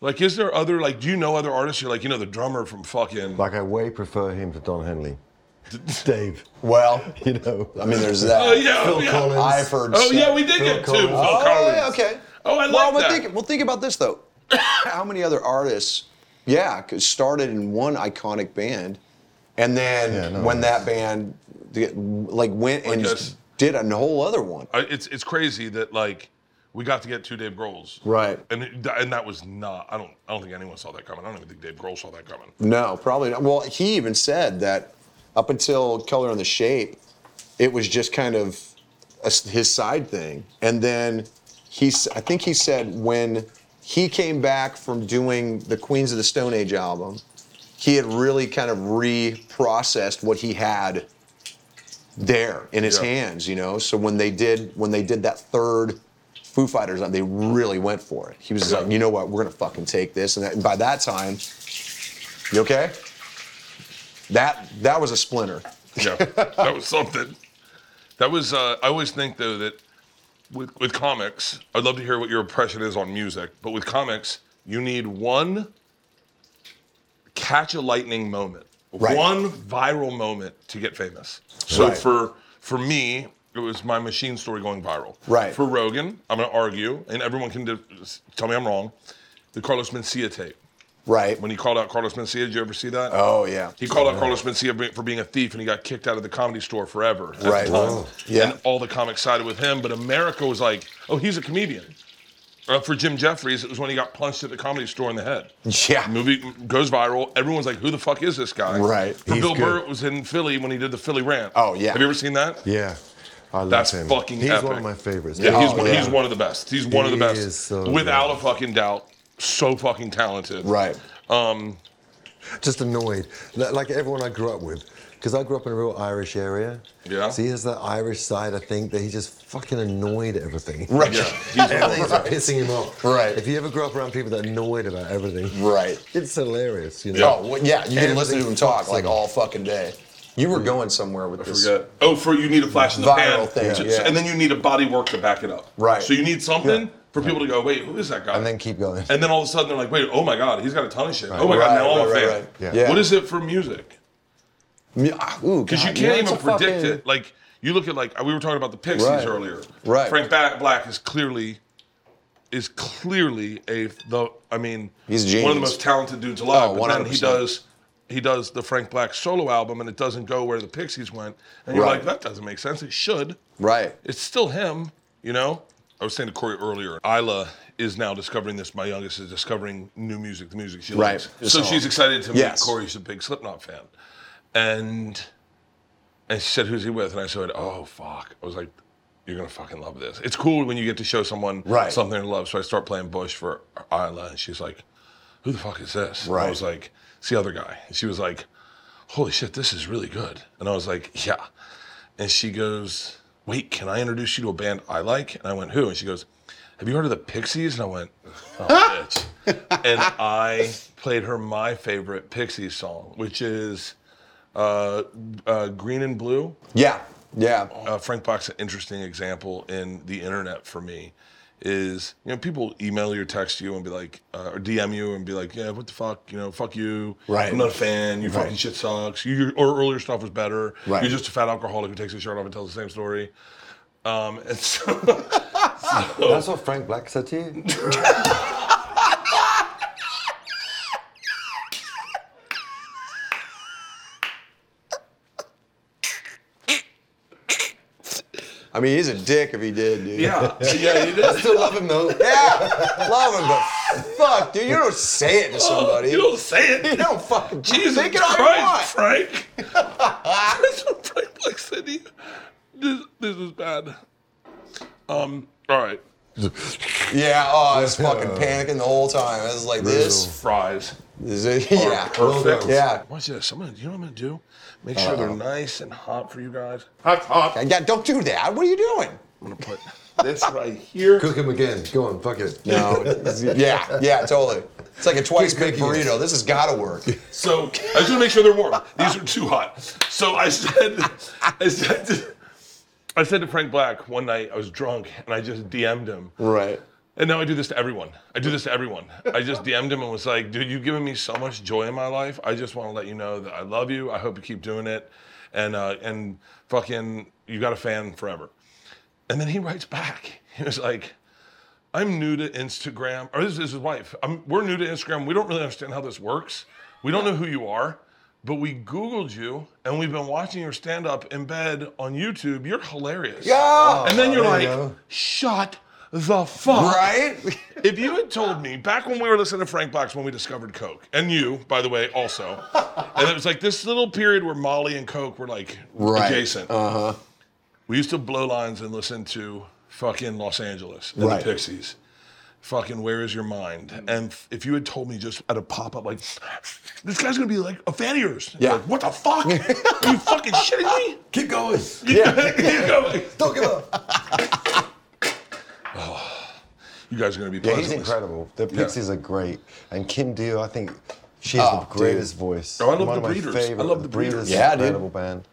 C: Like, is there other like? Do you know other artists? You're like, you know, the drummer from fucking.
D: Like I way prefer him to Don Henley. Dave,
H: Well,
D: you know.
H: I mean, there's
C: Oh
H: that.
C: yeah, oh,
D: Phil
C: yeah.
D: Collins.
H: I've heard.
C: Oh
H: so-
C: yeah, we did
D: Phil
C: get two.
D: Collins.
C: Phil
H: Oh,
C: Collins.
H: yeah, okay.
C: Oh, I
H: well,
C: like that.
H: But think, well, think about this though. How many other artists, yeah, 'cause started in one iconic band, and then
D: Yeah, no,
H: when that band the- like went and
C: guess-
H: did a whole other one.
C: I- it's it's crazy that like we got to get two Dave Grohls.
H: Right.
C: And it, and that was not. I don't. I don't think anyone saw that coming. I don't even think Dave Grohl saw that coming.
H: No, probably not. Well, he even said that up until Color and the Shape, it was just kind of a s his side thing. And then he, s- I think he said when he came back from doing the Queens of the Stone Age album, he had really kind of reprocessed what he had there in his
C: Yeah.
H: hands, you know. So when they did when they did that third Foo Fighters, album, they really went for it. He was
C: Yeah.
H: like, you know what, we're gonna fucking take this. And, that, and by that time, you okay? That that was a splinter.
C: Yeah. that was something. That was. Uh, I always think though that with with comics, I'd love to hear what your impression is on music. But with comics, you need one catch a lightning moment,
H: Right.
C: one viral moment to get famous. So
H: Right.
C: for for me, it was my machine story going viral.
H: Right.
C: For Rogan, I'm gonna argue, and everyone can di- tell me I'm wrong. The Carlos Mencia tape.
H: Right.
C: When he called out Carlos Mencia, did you ever see that?
H: oh yeah.
C: He called out Carlos Mencia be- for being a thief, and he got kicked out of the comedy store forever. At
H: Right.
C: The time.
H: Oh, yeah.
C: And all the comics sided with him, but America was like, "Oh, he's a comedian." Uh, for Jim Jeffries, it was when he got punched at the comedy store in the head.
H: Yeah.
C: Movie goes viral. Everyone's like, "Who the fuck is this guy?"
H: Right.
C: For
D: He's
C: Bill Burr,
D: good.
C: it was in Philly when he did the Philly rant.
H: Oh, yeah.
C: Have you ever seen that?
D: Yeah, I love
C: That's
D: him.
C: fucking
D: He's
C: epic.
D: one of my favorites.
C: Yeah, he's,
H: Oh,
C: one,
H: yeah.
C: he's one of the best. He's one of the
D: He
C: best,
D: is so
C: without
D: good.
C: a fucking doubt. So fucking talented.
H: Right.
C: Um,
D: just annoyed, li- like everyone I grew up with, because I grew up in a real Irish area.
C: Yeah.
D: So he has that Irish side, I think, that he's just fucking annoyed at everything.
H: Right.
C: yeah, he's
D: Everything's pissing him off.
H: Right.
D: If you ever grow up around people that are annoyed about everything,
H: Right.
D: it's hilarious, you know.
C: Yeah.
H: Oh well, yeah, you can listen to him talk like all fucking day. You were going somewhere with
C: I
H: this.
C: forget. Oh, for you need a flash in the pan,
H: Viral thing,
C: to-
H: yeah.
C: and then you need a body work to back it up.
H: Right.
C: So you need something for people to go, wait, who is that guy? And then
D: keep going.
C: And then all of a sudden they're like, wait, oh my god, he's got a ton of shit.
H: Right.
C: Oh my god,
H: Right,
C: now I'm a
H: right,
C: fan.
H: right, right. Yeah.
C: What is it for music? Because
H: Because
C: you can't even predict it. Like you look at like we were talking about the Pixies
H: Right.
C: earlier.
H: Right.
C: Frank Ba- Black is clearly is clearly a the I mean one
H: He's
C: of
H: genius.
C: the most talented dudes alive.
H: Oh,
C: but then he
H: 100%.
C: does he does the Frank Black solo album and it doesn't go where the Pixies went. And you're
H: Right.
C: like, that doesn't make sense. It should.
H: Right.
C: It's still him, you know? I was saying to Corey earlier, Isla is now discovering this. My youngest is discovering new music, the music she
H: Right.
C: likes. So
H: So-
C: she's excited to meet
H: Yes.
C: Corey. She's a big Slipknot fan. And and she said, Who's he with? And I said, Oh, fuck. I was like, You're going to fucking love this. It's cool when you get to show someone
H: Right.
C: something they love. So I start playing Bush for Isla, and she's like, Who the fuck is this? And I
H: Right.
C: was like, It's the other guy. And she was like, Holy shit, this is really good. And I was like, Yeah. And she goes, Wait, can I introduce you to a band I like? And I went, Who? And she goes, Have you heard of the Pixies? And I went, Oh, bitch. and I played her my favorite Pixies song, which is uh, uh, Green and Blue.
H: Yeah, yeah.
C: Uh, Frank Black's an interesting example in the internet for me. Is you know people email you or text you and be like uh, or DM you and be like yeah what the fuck you know fuck you
H: Right.
C: I'm not a fan you
H: Right.
C: fucking shit sucks you your, or earlier stuff was better
H: Right.
C: you're just a fat alcoholic who takes his shirt off and tells the same story um and so
D: That's what Frank Black said to you.
H: I mean, he's a dick if he did, dude.
C: Yeah. Yeah, he did.
D: I still love him though.
H: Yeah, love him, but fuck, dude, you don't say it to somebody.
C: you don't say it
H: You don't fucking
C: Oh, Jesus
H: think it all you want.
C: Christ Frank That's what Frank Black said to you. this this is bad um all right
H: Yeah, oh, I was fucking panicking the whole time. I was like, this
C: fries.
H: is it?
C: are
H: Yeah,
C: perfect.
H: Yeah.
C: Watch this. I'm gonna, you know what I'm gonna do? Make sure they're
H: Uh-oh.
C: nice and hot for you guys.
D: Hot, hot.
H: Yeah, don't do that. What are you doing?
C: I'm gonna put this right here.
D: Cook him again. Go on, fuck it.
H: No. yeah, yeah, totally. It's like a twice baked
D: making it.
H: burrito. This has got to work.
C: So I just want to make sure they're warm. These are too hot. So I said, I said, to, I said to Frank Black one night. I was drunk and I just DM'd him.
H: Right.
C: And now I do this to everyone. I do this to everyone. I just DM'd him and was like, dude, you've given me so much joy in my life. I just want to let you know that I love you. I hope you keep doing it. And uh, and fucking, you got a fan forever. And then he writes back. He was like, I'm new to Instagram. Or this is his wife. I'm, we're new to Instagram. We don't really understand how this works. We don't know who you are, but we Googled you and we've been watching your stand up in bed on YouTube. You're hilarious.
H: Yeah.
C: and then you're
D: There
C: like,
D: you go.
C: shut the
D: Oh.
C: fuck
H: Right?
C: if you had told me back when we were listening to Frank Black's when we discovered Coke, and you, by the way, also, and it was like this little period where Molly and Coke were like
H: Right.
C: adjacent.
D: Uh-huh.
C: Uh huh. We used to blow lines and listen to fucking Los Angeles and
H: Right.
C: the Pixies. Fucking, where is your mind? And if you had told me just at a pop up, like, this guy's gonna be like a fan of yours.
H: Yeah.
C: Like, what the fuck? Are you fucking shitting me?
D: Keep going.
C: Yeah. you, go,
D: Don't give up.
C: you guys are gonna be
D: Yeah,
C: pleasant.
D: he's incredible. The
C: Yeah.
D: Pixies are great, and Kim Deal, I think she has
H: Oh,
D: the greatest voice.
C: Ah, Oh, I love
D: One
C: the
D: of my
C: Breeders. I
D: favorite-
C: love the Breeders.
D: Breeders. is
H: Yeah,
D: an
H: dude.
D: incredible band.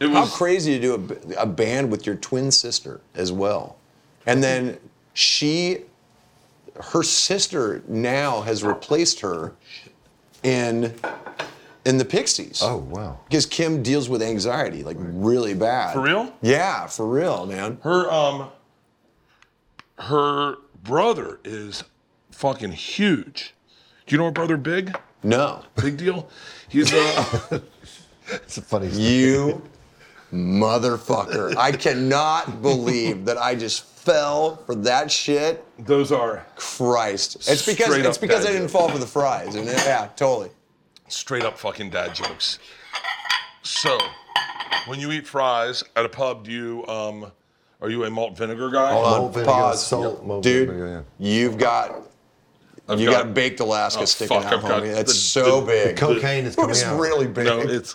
C: It
H: How
C: was,
H: crazy to do a b- a, band with your twin sister as well. And then she, her sister now has replaced her in in the Pixies.
D: Oh wow.
H: Because Kim deals with anxiety like really bad.
C: For real?
H: Yeah, for real, man.
C: Her um her brother is fucking huge. Do you know her brother Big?
H: No.
C: Big deal? He's uh
D: It's a funny. story.
H: You motherfucker. I cannot believe that I just fell for that shit.
C: those are
H: Christ. It's because
C: Straight
H: it's
C: up
H: because I
C: bad
H: didn't
C: joke.
H: fall for the fries. And yeah, totally.
C: straight up fucking dad jokes. So when you eat fries at a pub, do you um are you a malt vinegar guy?
D: Malt
H: Hold on,
D: vinegar,
H: pause.
D: salt, malt
H: Dude,
D: vinegar,
H: you've got
C: I've
H: you got, baked Alaska
C: Oh,
H: sticking
C: fuck,
H: out,
C: I've got
H: homie. That's
C: the-
H: so
C: the-
H: big.
D: Cocaine is
H: It
D: coming
H: was
D: out.
H: really big.
C: No, it's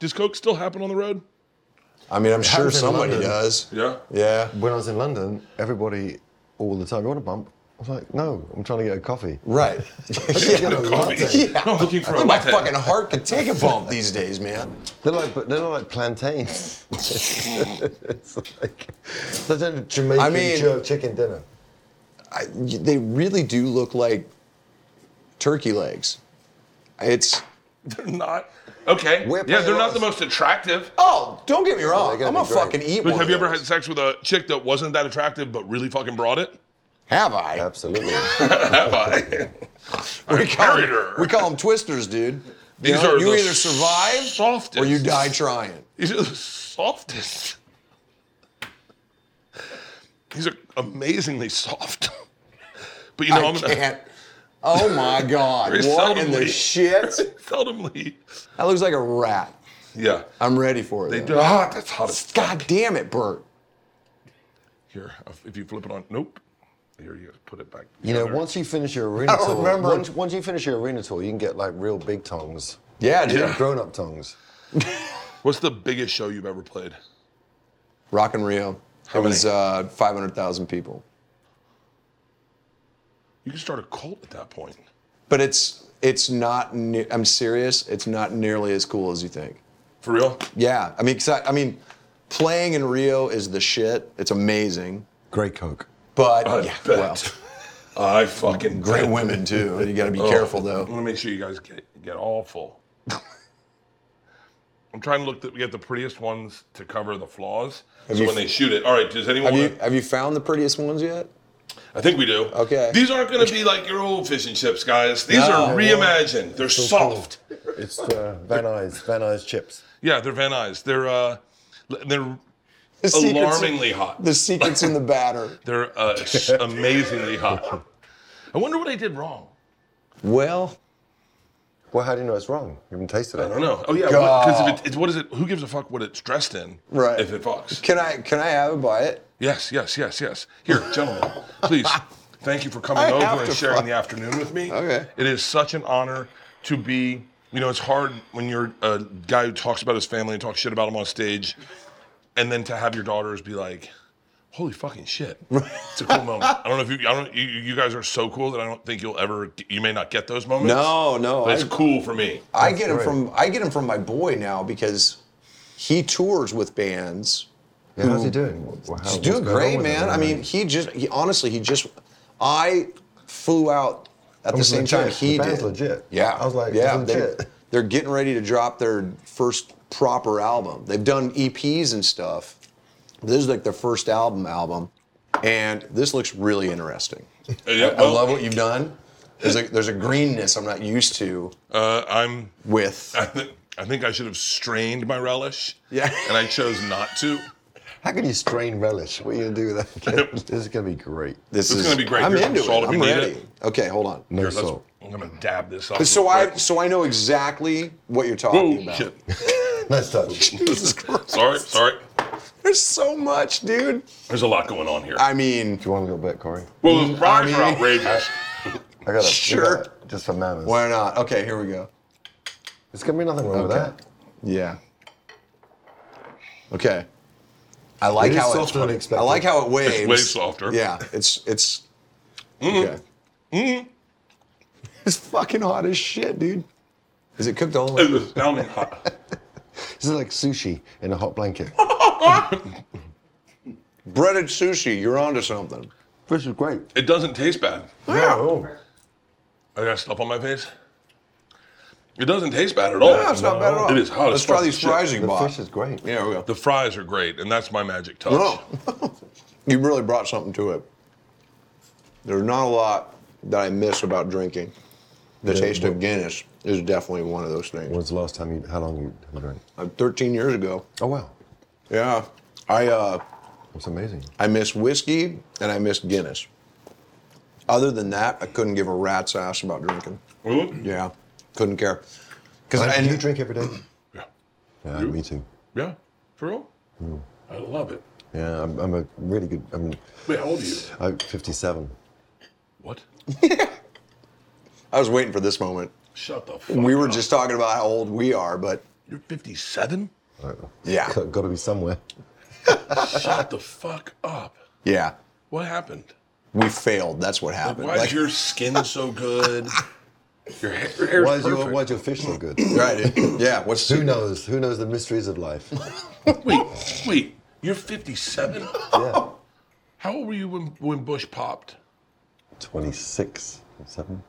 C: does Coke still happen on the road?
H: I mean, I'm sure
D: happens in
H: somebody
D: London.
H: does.
C: Yeah.
H: Yeah.
D: When I was in London, everybody all the time. You want a bump? I was like, no, I'm trying to get a coffee.
H: Right.
D: yeah,
H: no coffee. Yeah. I'm looking for a My latte. fucking heart could take a bump these days, man.
D: They're like, but they're not like plantains. it's like, they're doing a Jamaican
H: I mean-
D: jerk chicken dinner.
H: I, they really do look like turkey legs. It's
C: They're not. Okay. yeah,
H: playing
C: they're not
H: those.
C: the most attractive.
H: oh, don't get me wrong.
D: They're
H: I'm
D: gonna
H: gonna
D: be great.
H: fucking eat
C: But
H: one.
C: have you
H: of
C: ever had
H: those.
C: sex with a chick that wasn't that attractive but really fucking brought it?
H: Have I?
D: Absolutely.
C: have I? I
H: We call,
C: carried
H: them,
C: her.
H: Oh, we call 'em twisters, dude.
C: These
H: you know,
C: are
H: you
C: the
H: either survive
C: softest.
H: or you die trying.
C: These are the softest. These are amazingly soft. But you know,
H: I
C: am gonna
H: can't. Oh my God!
C: Very
H: what in the
C: seldomly.
H: shit?
C: seldomly.
H: That looks like a rat.
C: Yeah.
H: I'm ready for it.
C: They
H: though.
C: do. Ah, that's hot as fuck.
H: God damn it, Bert.
C: Here, if- if you flip it on, nope. Here you go, put it back.
D: You know,
C: together.
D: once you finish your arena
H: I
D: tour,
H: remember-
D: Once, once you finish your arena tour, you can get like real big tongs,
H: Yeah, dude.
C: Yeah.
D: grown-up tongs.
C: What's the biggest show you've ever played?
H: Rock and Rio.
C: How
H: it was
C: many?
H: uh, 500,000 people.
C: You can start a cult at that point.
H: But it's it's not. Ne- I'm serious. It's not nearly as cool as you think.
C: For real?
H: Yeah, I mean, 'cause I, I mean, playing in Rio is the shit. It's amazing.
D: Great Coke.
H: But
C: I
H: yeah,
C: bet. I fucking
H: well, great
C: bet.
H: women too. You got to be
C: Oh,
H: careful
C: I want
H: though.
C: to make sure you guys get get all full. I'm trying to look that we get the prettiest ones to cover the flaws. so
H: you-
C: when they shoot it, all right. Does anyone?
H: Have you
C: wanna-
H: have you found the prettiest ones yet?
C: I think we do.
H: Okay.
C: These aren't going to be like your old fish and chips, guys. These
H: No.
C: are reimagined. They're soft.
D: It's uh, Van Nuys, Van Nuys chips.
C: Yeah, they're Van Nuys. They're uh, l- they're
H: The secret's-
C: alarmingly hot.
H: The secret's in the batter.
C: They're uh, s- amazingly hot. I wonder what I did wrong.
H: Well,
D: Well, how do you know it's wrong? You haven't tasted it.
C: I don't know. Oh yeah, because if it, it's what is it? Who gives a fuck what it's dressed in?
H: Right.
C: If it fucks.
H: can I can I have a bite?
C: Yes, yes, yes, yes. Here, gentlemen, please. Thank you for coming
H: I have
C: over and
H: to
C: sharing
H: fuck.
C: the afternoon with me.
H: Okay.
C: It is such an honor to be. You know, it's hard when you're a guy who talks about his family and talks shit about him on stage, and then to have your daughters be like, "Holy fucking shit!" It's a cool moment. I don't know if you, I don't, you, you guys are so cool that I don't think you'll ever, you may not get those moments.
H: No, no.
C: But
H: I,
C: it's cool for me.
H: I get them from I get them from my boy now because he tours with bands
D: Yeah, how's he doing? Well, how-
H: He's
D: what's
H: doing
D: going on
H: great,
D: with him,
H: man. I mean, he just he, honestly, he just I flew out at
D: That
H: the
D: was
H: same time
D: legit.
H: he
D: The band's
H: did.
D: legit.
H: Yeah,
D: I was like,
H: yeah,
D: it's legit.
H: They, are getting ready to drop their first proper album. They've done EPs and stuff. This is like their first album album, and this looks really interesting.
C: Yeah,
H: I love what you've done. There's a there's a greenness I'm not used to
C: Uh, I'm
H: with.
C: I, th- I think I should have strained my relish.
H: Yeah.
C: And I chose not to.
D: How can you strain relish? What are you gonna do with that? this is gonna be great.
H: This
C: It's
H: is
C: gonna be great.
H: I'm
C: Here's some
H: into
C: salt
H: it.
C: if you
H: I'm
C: need
H: ready.
C: it.
H: Okay, hold on.
D: No
C: Here, let's-
D: salt.
C: I'm gonna dab this up.
H: So
C: real
H: I
C: quick.
H: so I know exactly what you're talking
C: Oh
H: about.
C: shit!
D: Nice touch.
H: Jesus Christ.
C: Sorry, sorry.
H: There's so much, dude.
C: There's a lot going on here.
H: I mean,
D: Do you want a little bit, Corey?
C: well, the fries
H: I
C: are
H: mean-
C: outrageous.
D: I got a
H: Sure.
D: just for manners.
H: why not? Okay, here we go.
D: There's gonna be nothing wrong with
H: Okay.
D: that.
H: Yeah. Okay. I like
D: It is
H: how
D: softer than
H: it. I
D: expected.
H: like how it waves.
C: It's way softer. Mm-hmm.
H: Yeah, it's it's. Okay. It's fucking hot as shit, dude. Is it cooked all the
C: It
H: way?
C: was pounding hot.
D: This is like sushi in a hot blanket.
H: Breaded sushi. You're onto something.
D: this is great.
C: It doesn't taste bad.
D: Yeah. Oh.
C: I got stuff on my face. It doesn't taste bad at all.
H: Yeah, it's not bad at all.
C: It is hot.
H: Let's
C: as
H: try
C: fuck.
H: these
C: Shit.
H: fries you
D: The
H: bought.
D: fish is great.
H: Yeah, here we go.
C: The fries are great, and that's my magic touch.
H: No. you really brought something to it. There's not a lot that I miss about drinking. The taste of Guinness is definitely one of those things.
D: When's the last time you? How long you had a drink?
H: Uh, 13 years ago.
D: Oh wow,
H: Yeah. I uh,
D: that's amazing.
H: I miss whiskey and I miss Guinness. Other than that, I couldn't give a rat's ass about drinking.
C: Really?
H: Yeah. Couldn't care. Because
D: And,
H: and
D: you drink every day?
C: Yeah.
D: Yeah, me too.
C: Yeah. For real?
H: Hmm.
C: I love it.
D: Yeah, I'm, I'm a really good. I'm,
C: Wait, how old are you?
D: I'm 57.
C: What?
H: I was waiting for this moment.
C: Shut the fuck
H: We were
C: up.
H: just talking about how old we are, but
C: You're 57?
H: yeah,
D: Got to be somewhere.
C: Shut the fuck up.
H: yeah.
C: What happened?
H: we failed. That's what happened.
C: Why is your skin so good? Your hair, your hair's
D: Why is, your,
C: perfect.
D: why is your fish so good?
H: right? Yeah. What's
D: Who knows? Who knows the mysteries of life?
C: Wait, wait. You're 57.
D: Yeah.
C: How old were you when, when Bush popped?
D: 26, 7.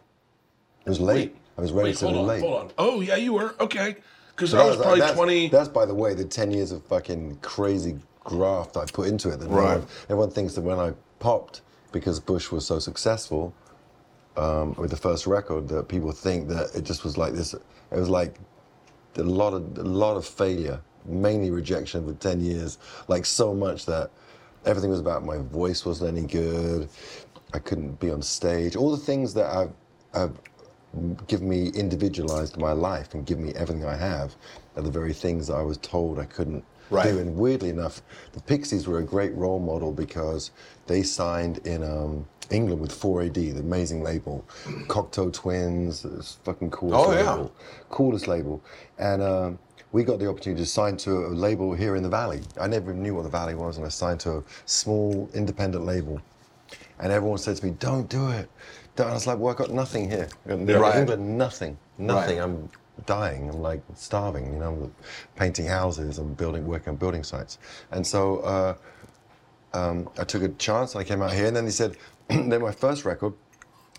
D: It was late. I was
C: Wait, hold
D: relatively
C: on,
D: late.
C: hold on. Oh yeah, you were okay. Because
D: So uh,
C: I was
H: uh,
D: that's-
C: probably
D: that's,
C: 20.
D: That's by the way, the ten years of fucking crazy graft I put into it. That no
H: Right.
D: one- everyone thinks that when I popped because Bush was so successful um, with the first record, that people think that it just was like this. It was like a lot of a lot of failure, mainly rejection for ten years. Like so much that everything was about my voice wasn't any good. I couldn't be on stage. All the things that I've, I've give me individualized my life and give me everything I have are the very things that I was told I couldn't
H: Right.
D: do. And weirdly enough, the Pixies were a great role model because they signed in um, England with 4AD, the amazing label, Cocteau Twins, it's fucking coolest
H: Oh, yeah.
D: label, coolest label, and. Um, we got the opportunity to sign to a label here in the Valley. I never even knew what the Valley was, and I signed to a small independent label. And everyone said to me, "Don't do it." Don't. I was like, "Well, I got nothing here. I got
H: Yeah. Right.
D: I've got nothing. Nothing.
H: Right.
D: I'm dying. I'm like starving. You know, I'm painting houses. I'm building, working on building sites. And so uh, um, I took a chance, and I came out here. And then they said, then my first record,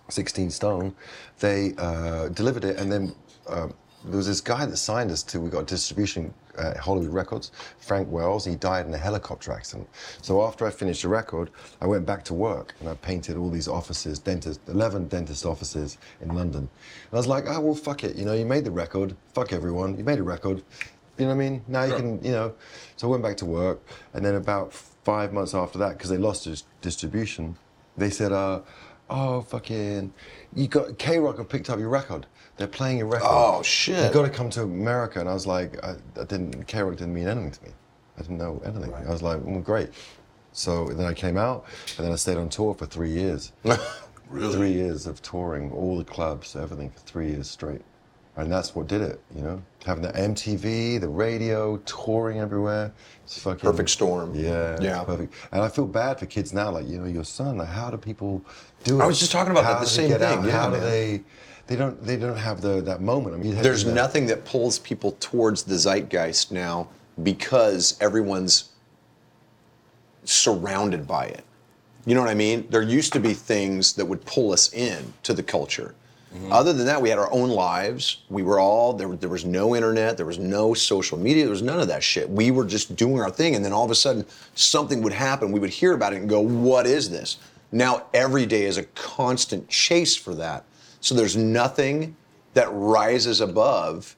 D: 16 Stone, they uh, delivered it, and then uh, there was this guy that signed us to. We got distribution at Hollywood Records, Frank Wells. He died in a helicopter accident. So after I finished the record, I went back to work and I painted all these offices, dentist, 11 dentist offices in London. And I was like, oh well, fuck it. You know, you made the record. Fuck everyone. You made a record. You know what I mean? Now you can, you know. So I went back to work, and then about five months after that, because they lost dis- distribution, they said, uh, "Oh fucking, you got K Rock have picked up your record. They're playing your record.
H: Oh, shit.
D: You got to come to America." And I was like, "I, I didn't. K Rock didn't mean anything to me. I didn't know anything. I was like, well, great." So then I came out, and then I stayed on tour for three years. Three years of touring, all the clubs, everything for three years straight. And that's what did it, you know? Having the MTV, the radio, touring everywhere. It's fucking
H: Perfect storm.
D: Yeah, it's
H: Yeah.
D: perfect. And I feel bad for kids now, like, you know, your son, like, how do people do it?
H: I was just talking about that,
D: How
H: the
D: do they
H: same
D: get
H: thing,
D: out?
H: yeah,
D: how do
H: man.
D: they they don't they don't have the that moment. I mean you had
H: There's
D: to-
H: nothing that pulls people towards the zeitgeist now because everyone's surrounded by it. You know what I mean? There used to be things that would pull us in to the culture. Other than that, we had our own lives. We were all there. There was no internet. There was no social media. There was none of that shit. We were just doing our thing, and then all of a sudden, something would happen. We would hear about it and go, "What is this?" Now every day is a constant chase for that. So there's nothing that rises above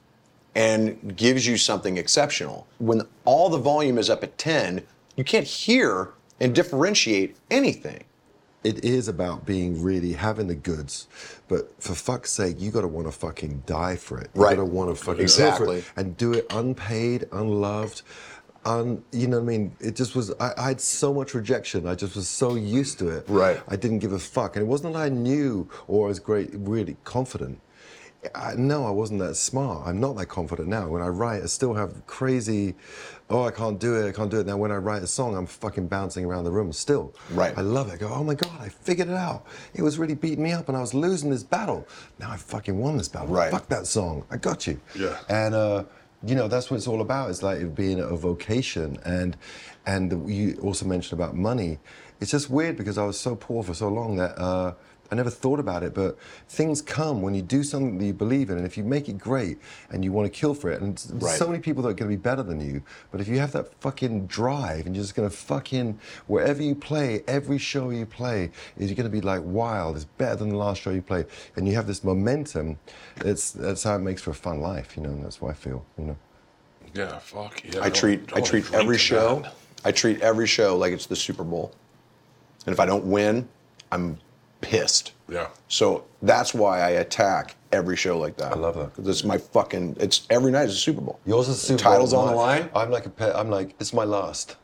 H: and gives you something exceptional. When all the volume is up at 10, you can't hear and differentiate anything.
D: it is about being really having the goods, but for fuck's sake, you gotta wanna fucking die for it. You
H: Right.
D: gotta wanna fucking go for
H: Exactly.
D: it and do it unpaid, unloved. Un, you know what I mean? It just was. I, I had so much rejection. I just was so used to it.
H: Right.
D: I didn't give a fuck, and it wasn't that I knew or I was great, really confident. I, no, I wasn't that smart. I'm not that confident now. When I write, I still have crazy, oh, I can't do it, I can't do it. Now, when I write a song, I'm fucking bouncing around the room still.
H: Right.
D: I love it. I go, oh my God, I figured it out. It was really beating me up and I was losing this battle. Now I fucking won this battle.
H: Right.
D: Fuck that song. I got you.
C: Yeah.
D: And, uh, you know, that's what it's all about. It's like it being a vocation. And, and you also mentioned about money. It's just weird because I was so poor for so long that, uh, I never thought about it, but things come when you do something that you believe in, and if you make it great and you want to kill for it, and s-
H: Right.
D: so many people that are going to be better than you, but if you have that fucking drive and you're just going to fucking, wherever you play, every show you play, is you're going to be like wild, it's better than the last show you played, and you have this momentum, it's, that's how it makes for a fun life, you know, and that's what I feel, you know.
C: yeah, fuck yeah.
H: I
C: don't-
H: treat I
C: don't
H: treat
C: drink
H: every
C: to
H: show
C: that.
H: I treat every show like it's the Super Bowl. And if I don't win, I'm pissed.
C: Yeah.
H: So that's why I attack every show like that. I
D: love that.
H: It's my fucking it's every night is a Super Bowl.
D: Yours is Super Bowl,
H: Titles on the
D: mine-
H: line.
D: I'm like a pet. I'm like it's my last.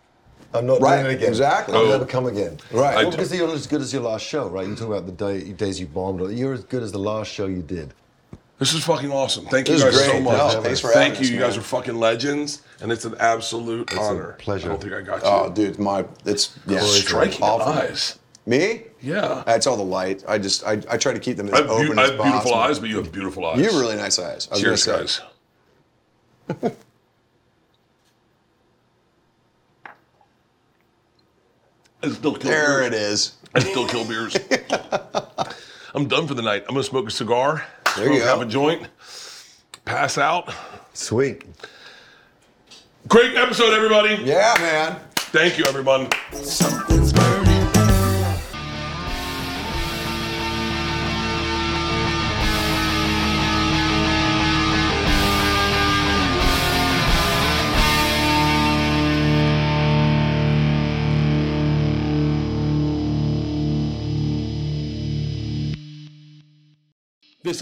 D: I'm not
H: Right,
D: doing it again.
H: exactly.
D: I'll
H: Oh.
D: never come again.
H: Right. I
D: Well,
H: do-
D: because you're not as good as your last show, right? You talk about the day, days you bombed. or- You're as good as the last show you did.
C: This is fucking awesome. Thank you
H: This
C: guys
H: is
C: so
H: great.
C: much.
H: No, thanks for
C: Thank
H: having
C: you.
H: us,
C: you guys
H: man.
C: are fucking legends, and it's an absolute
D: a
C: honor.
D: pleasure.
C: I don't think I got you.
H: Oh dude, my Oh, it's yeah.
C: Striking
H: All-
C: eyes.
H: Me?
C: Yeah.
H: That's all the light. I just I, I try to keep them as
C: I have, beau-
H: open
C: I
H: as
C: have
H: possible.
C: beautiful eyes, but you have beautiful eyes.
H: You have really nice eyes. I was
C: Cheers,
H: gonna
C: guys.
H: say.
C: I still kill
H: There
C: beers.
H: it is.
C: I still kill beers. I'm done for the night. I'm gonna smoke a cigar,
H: There you
C: smoke, have
H: go.
C: a joint, pass out.
D: Sweet.
C: Great episode, everybody.
H: Yeah, man.
C: Thank you, everyone.
F: Something's burning.
J: This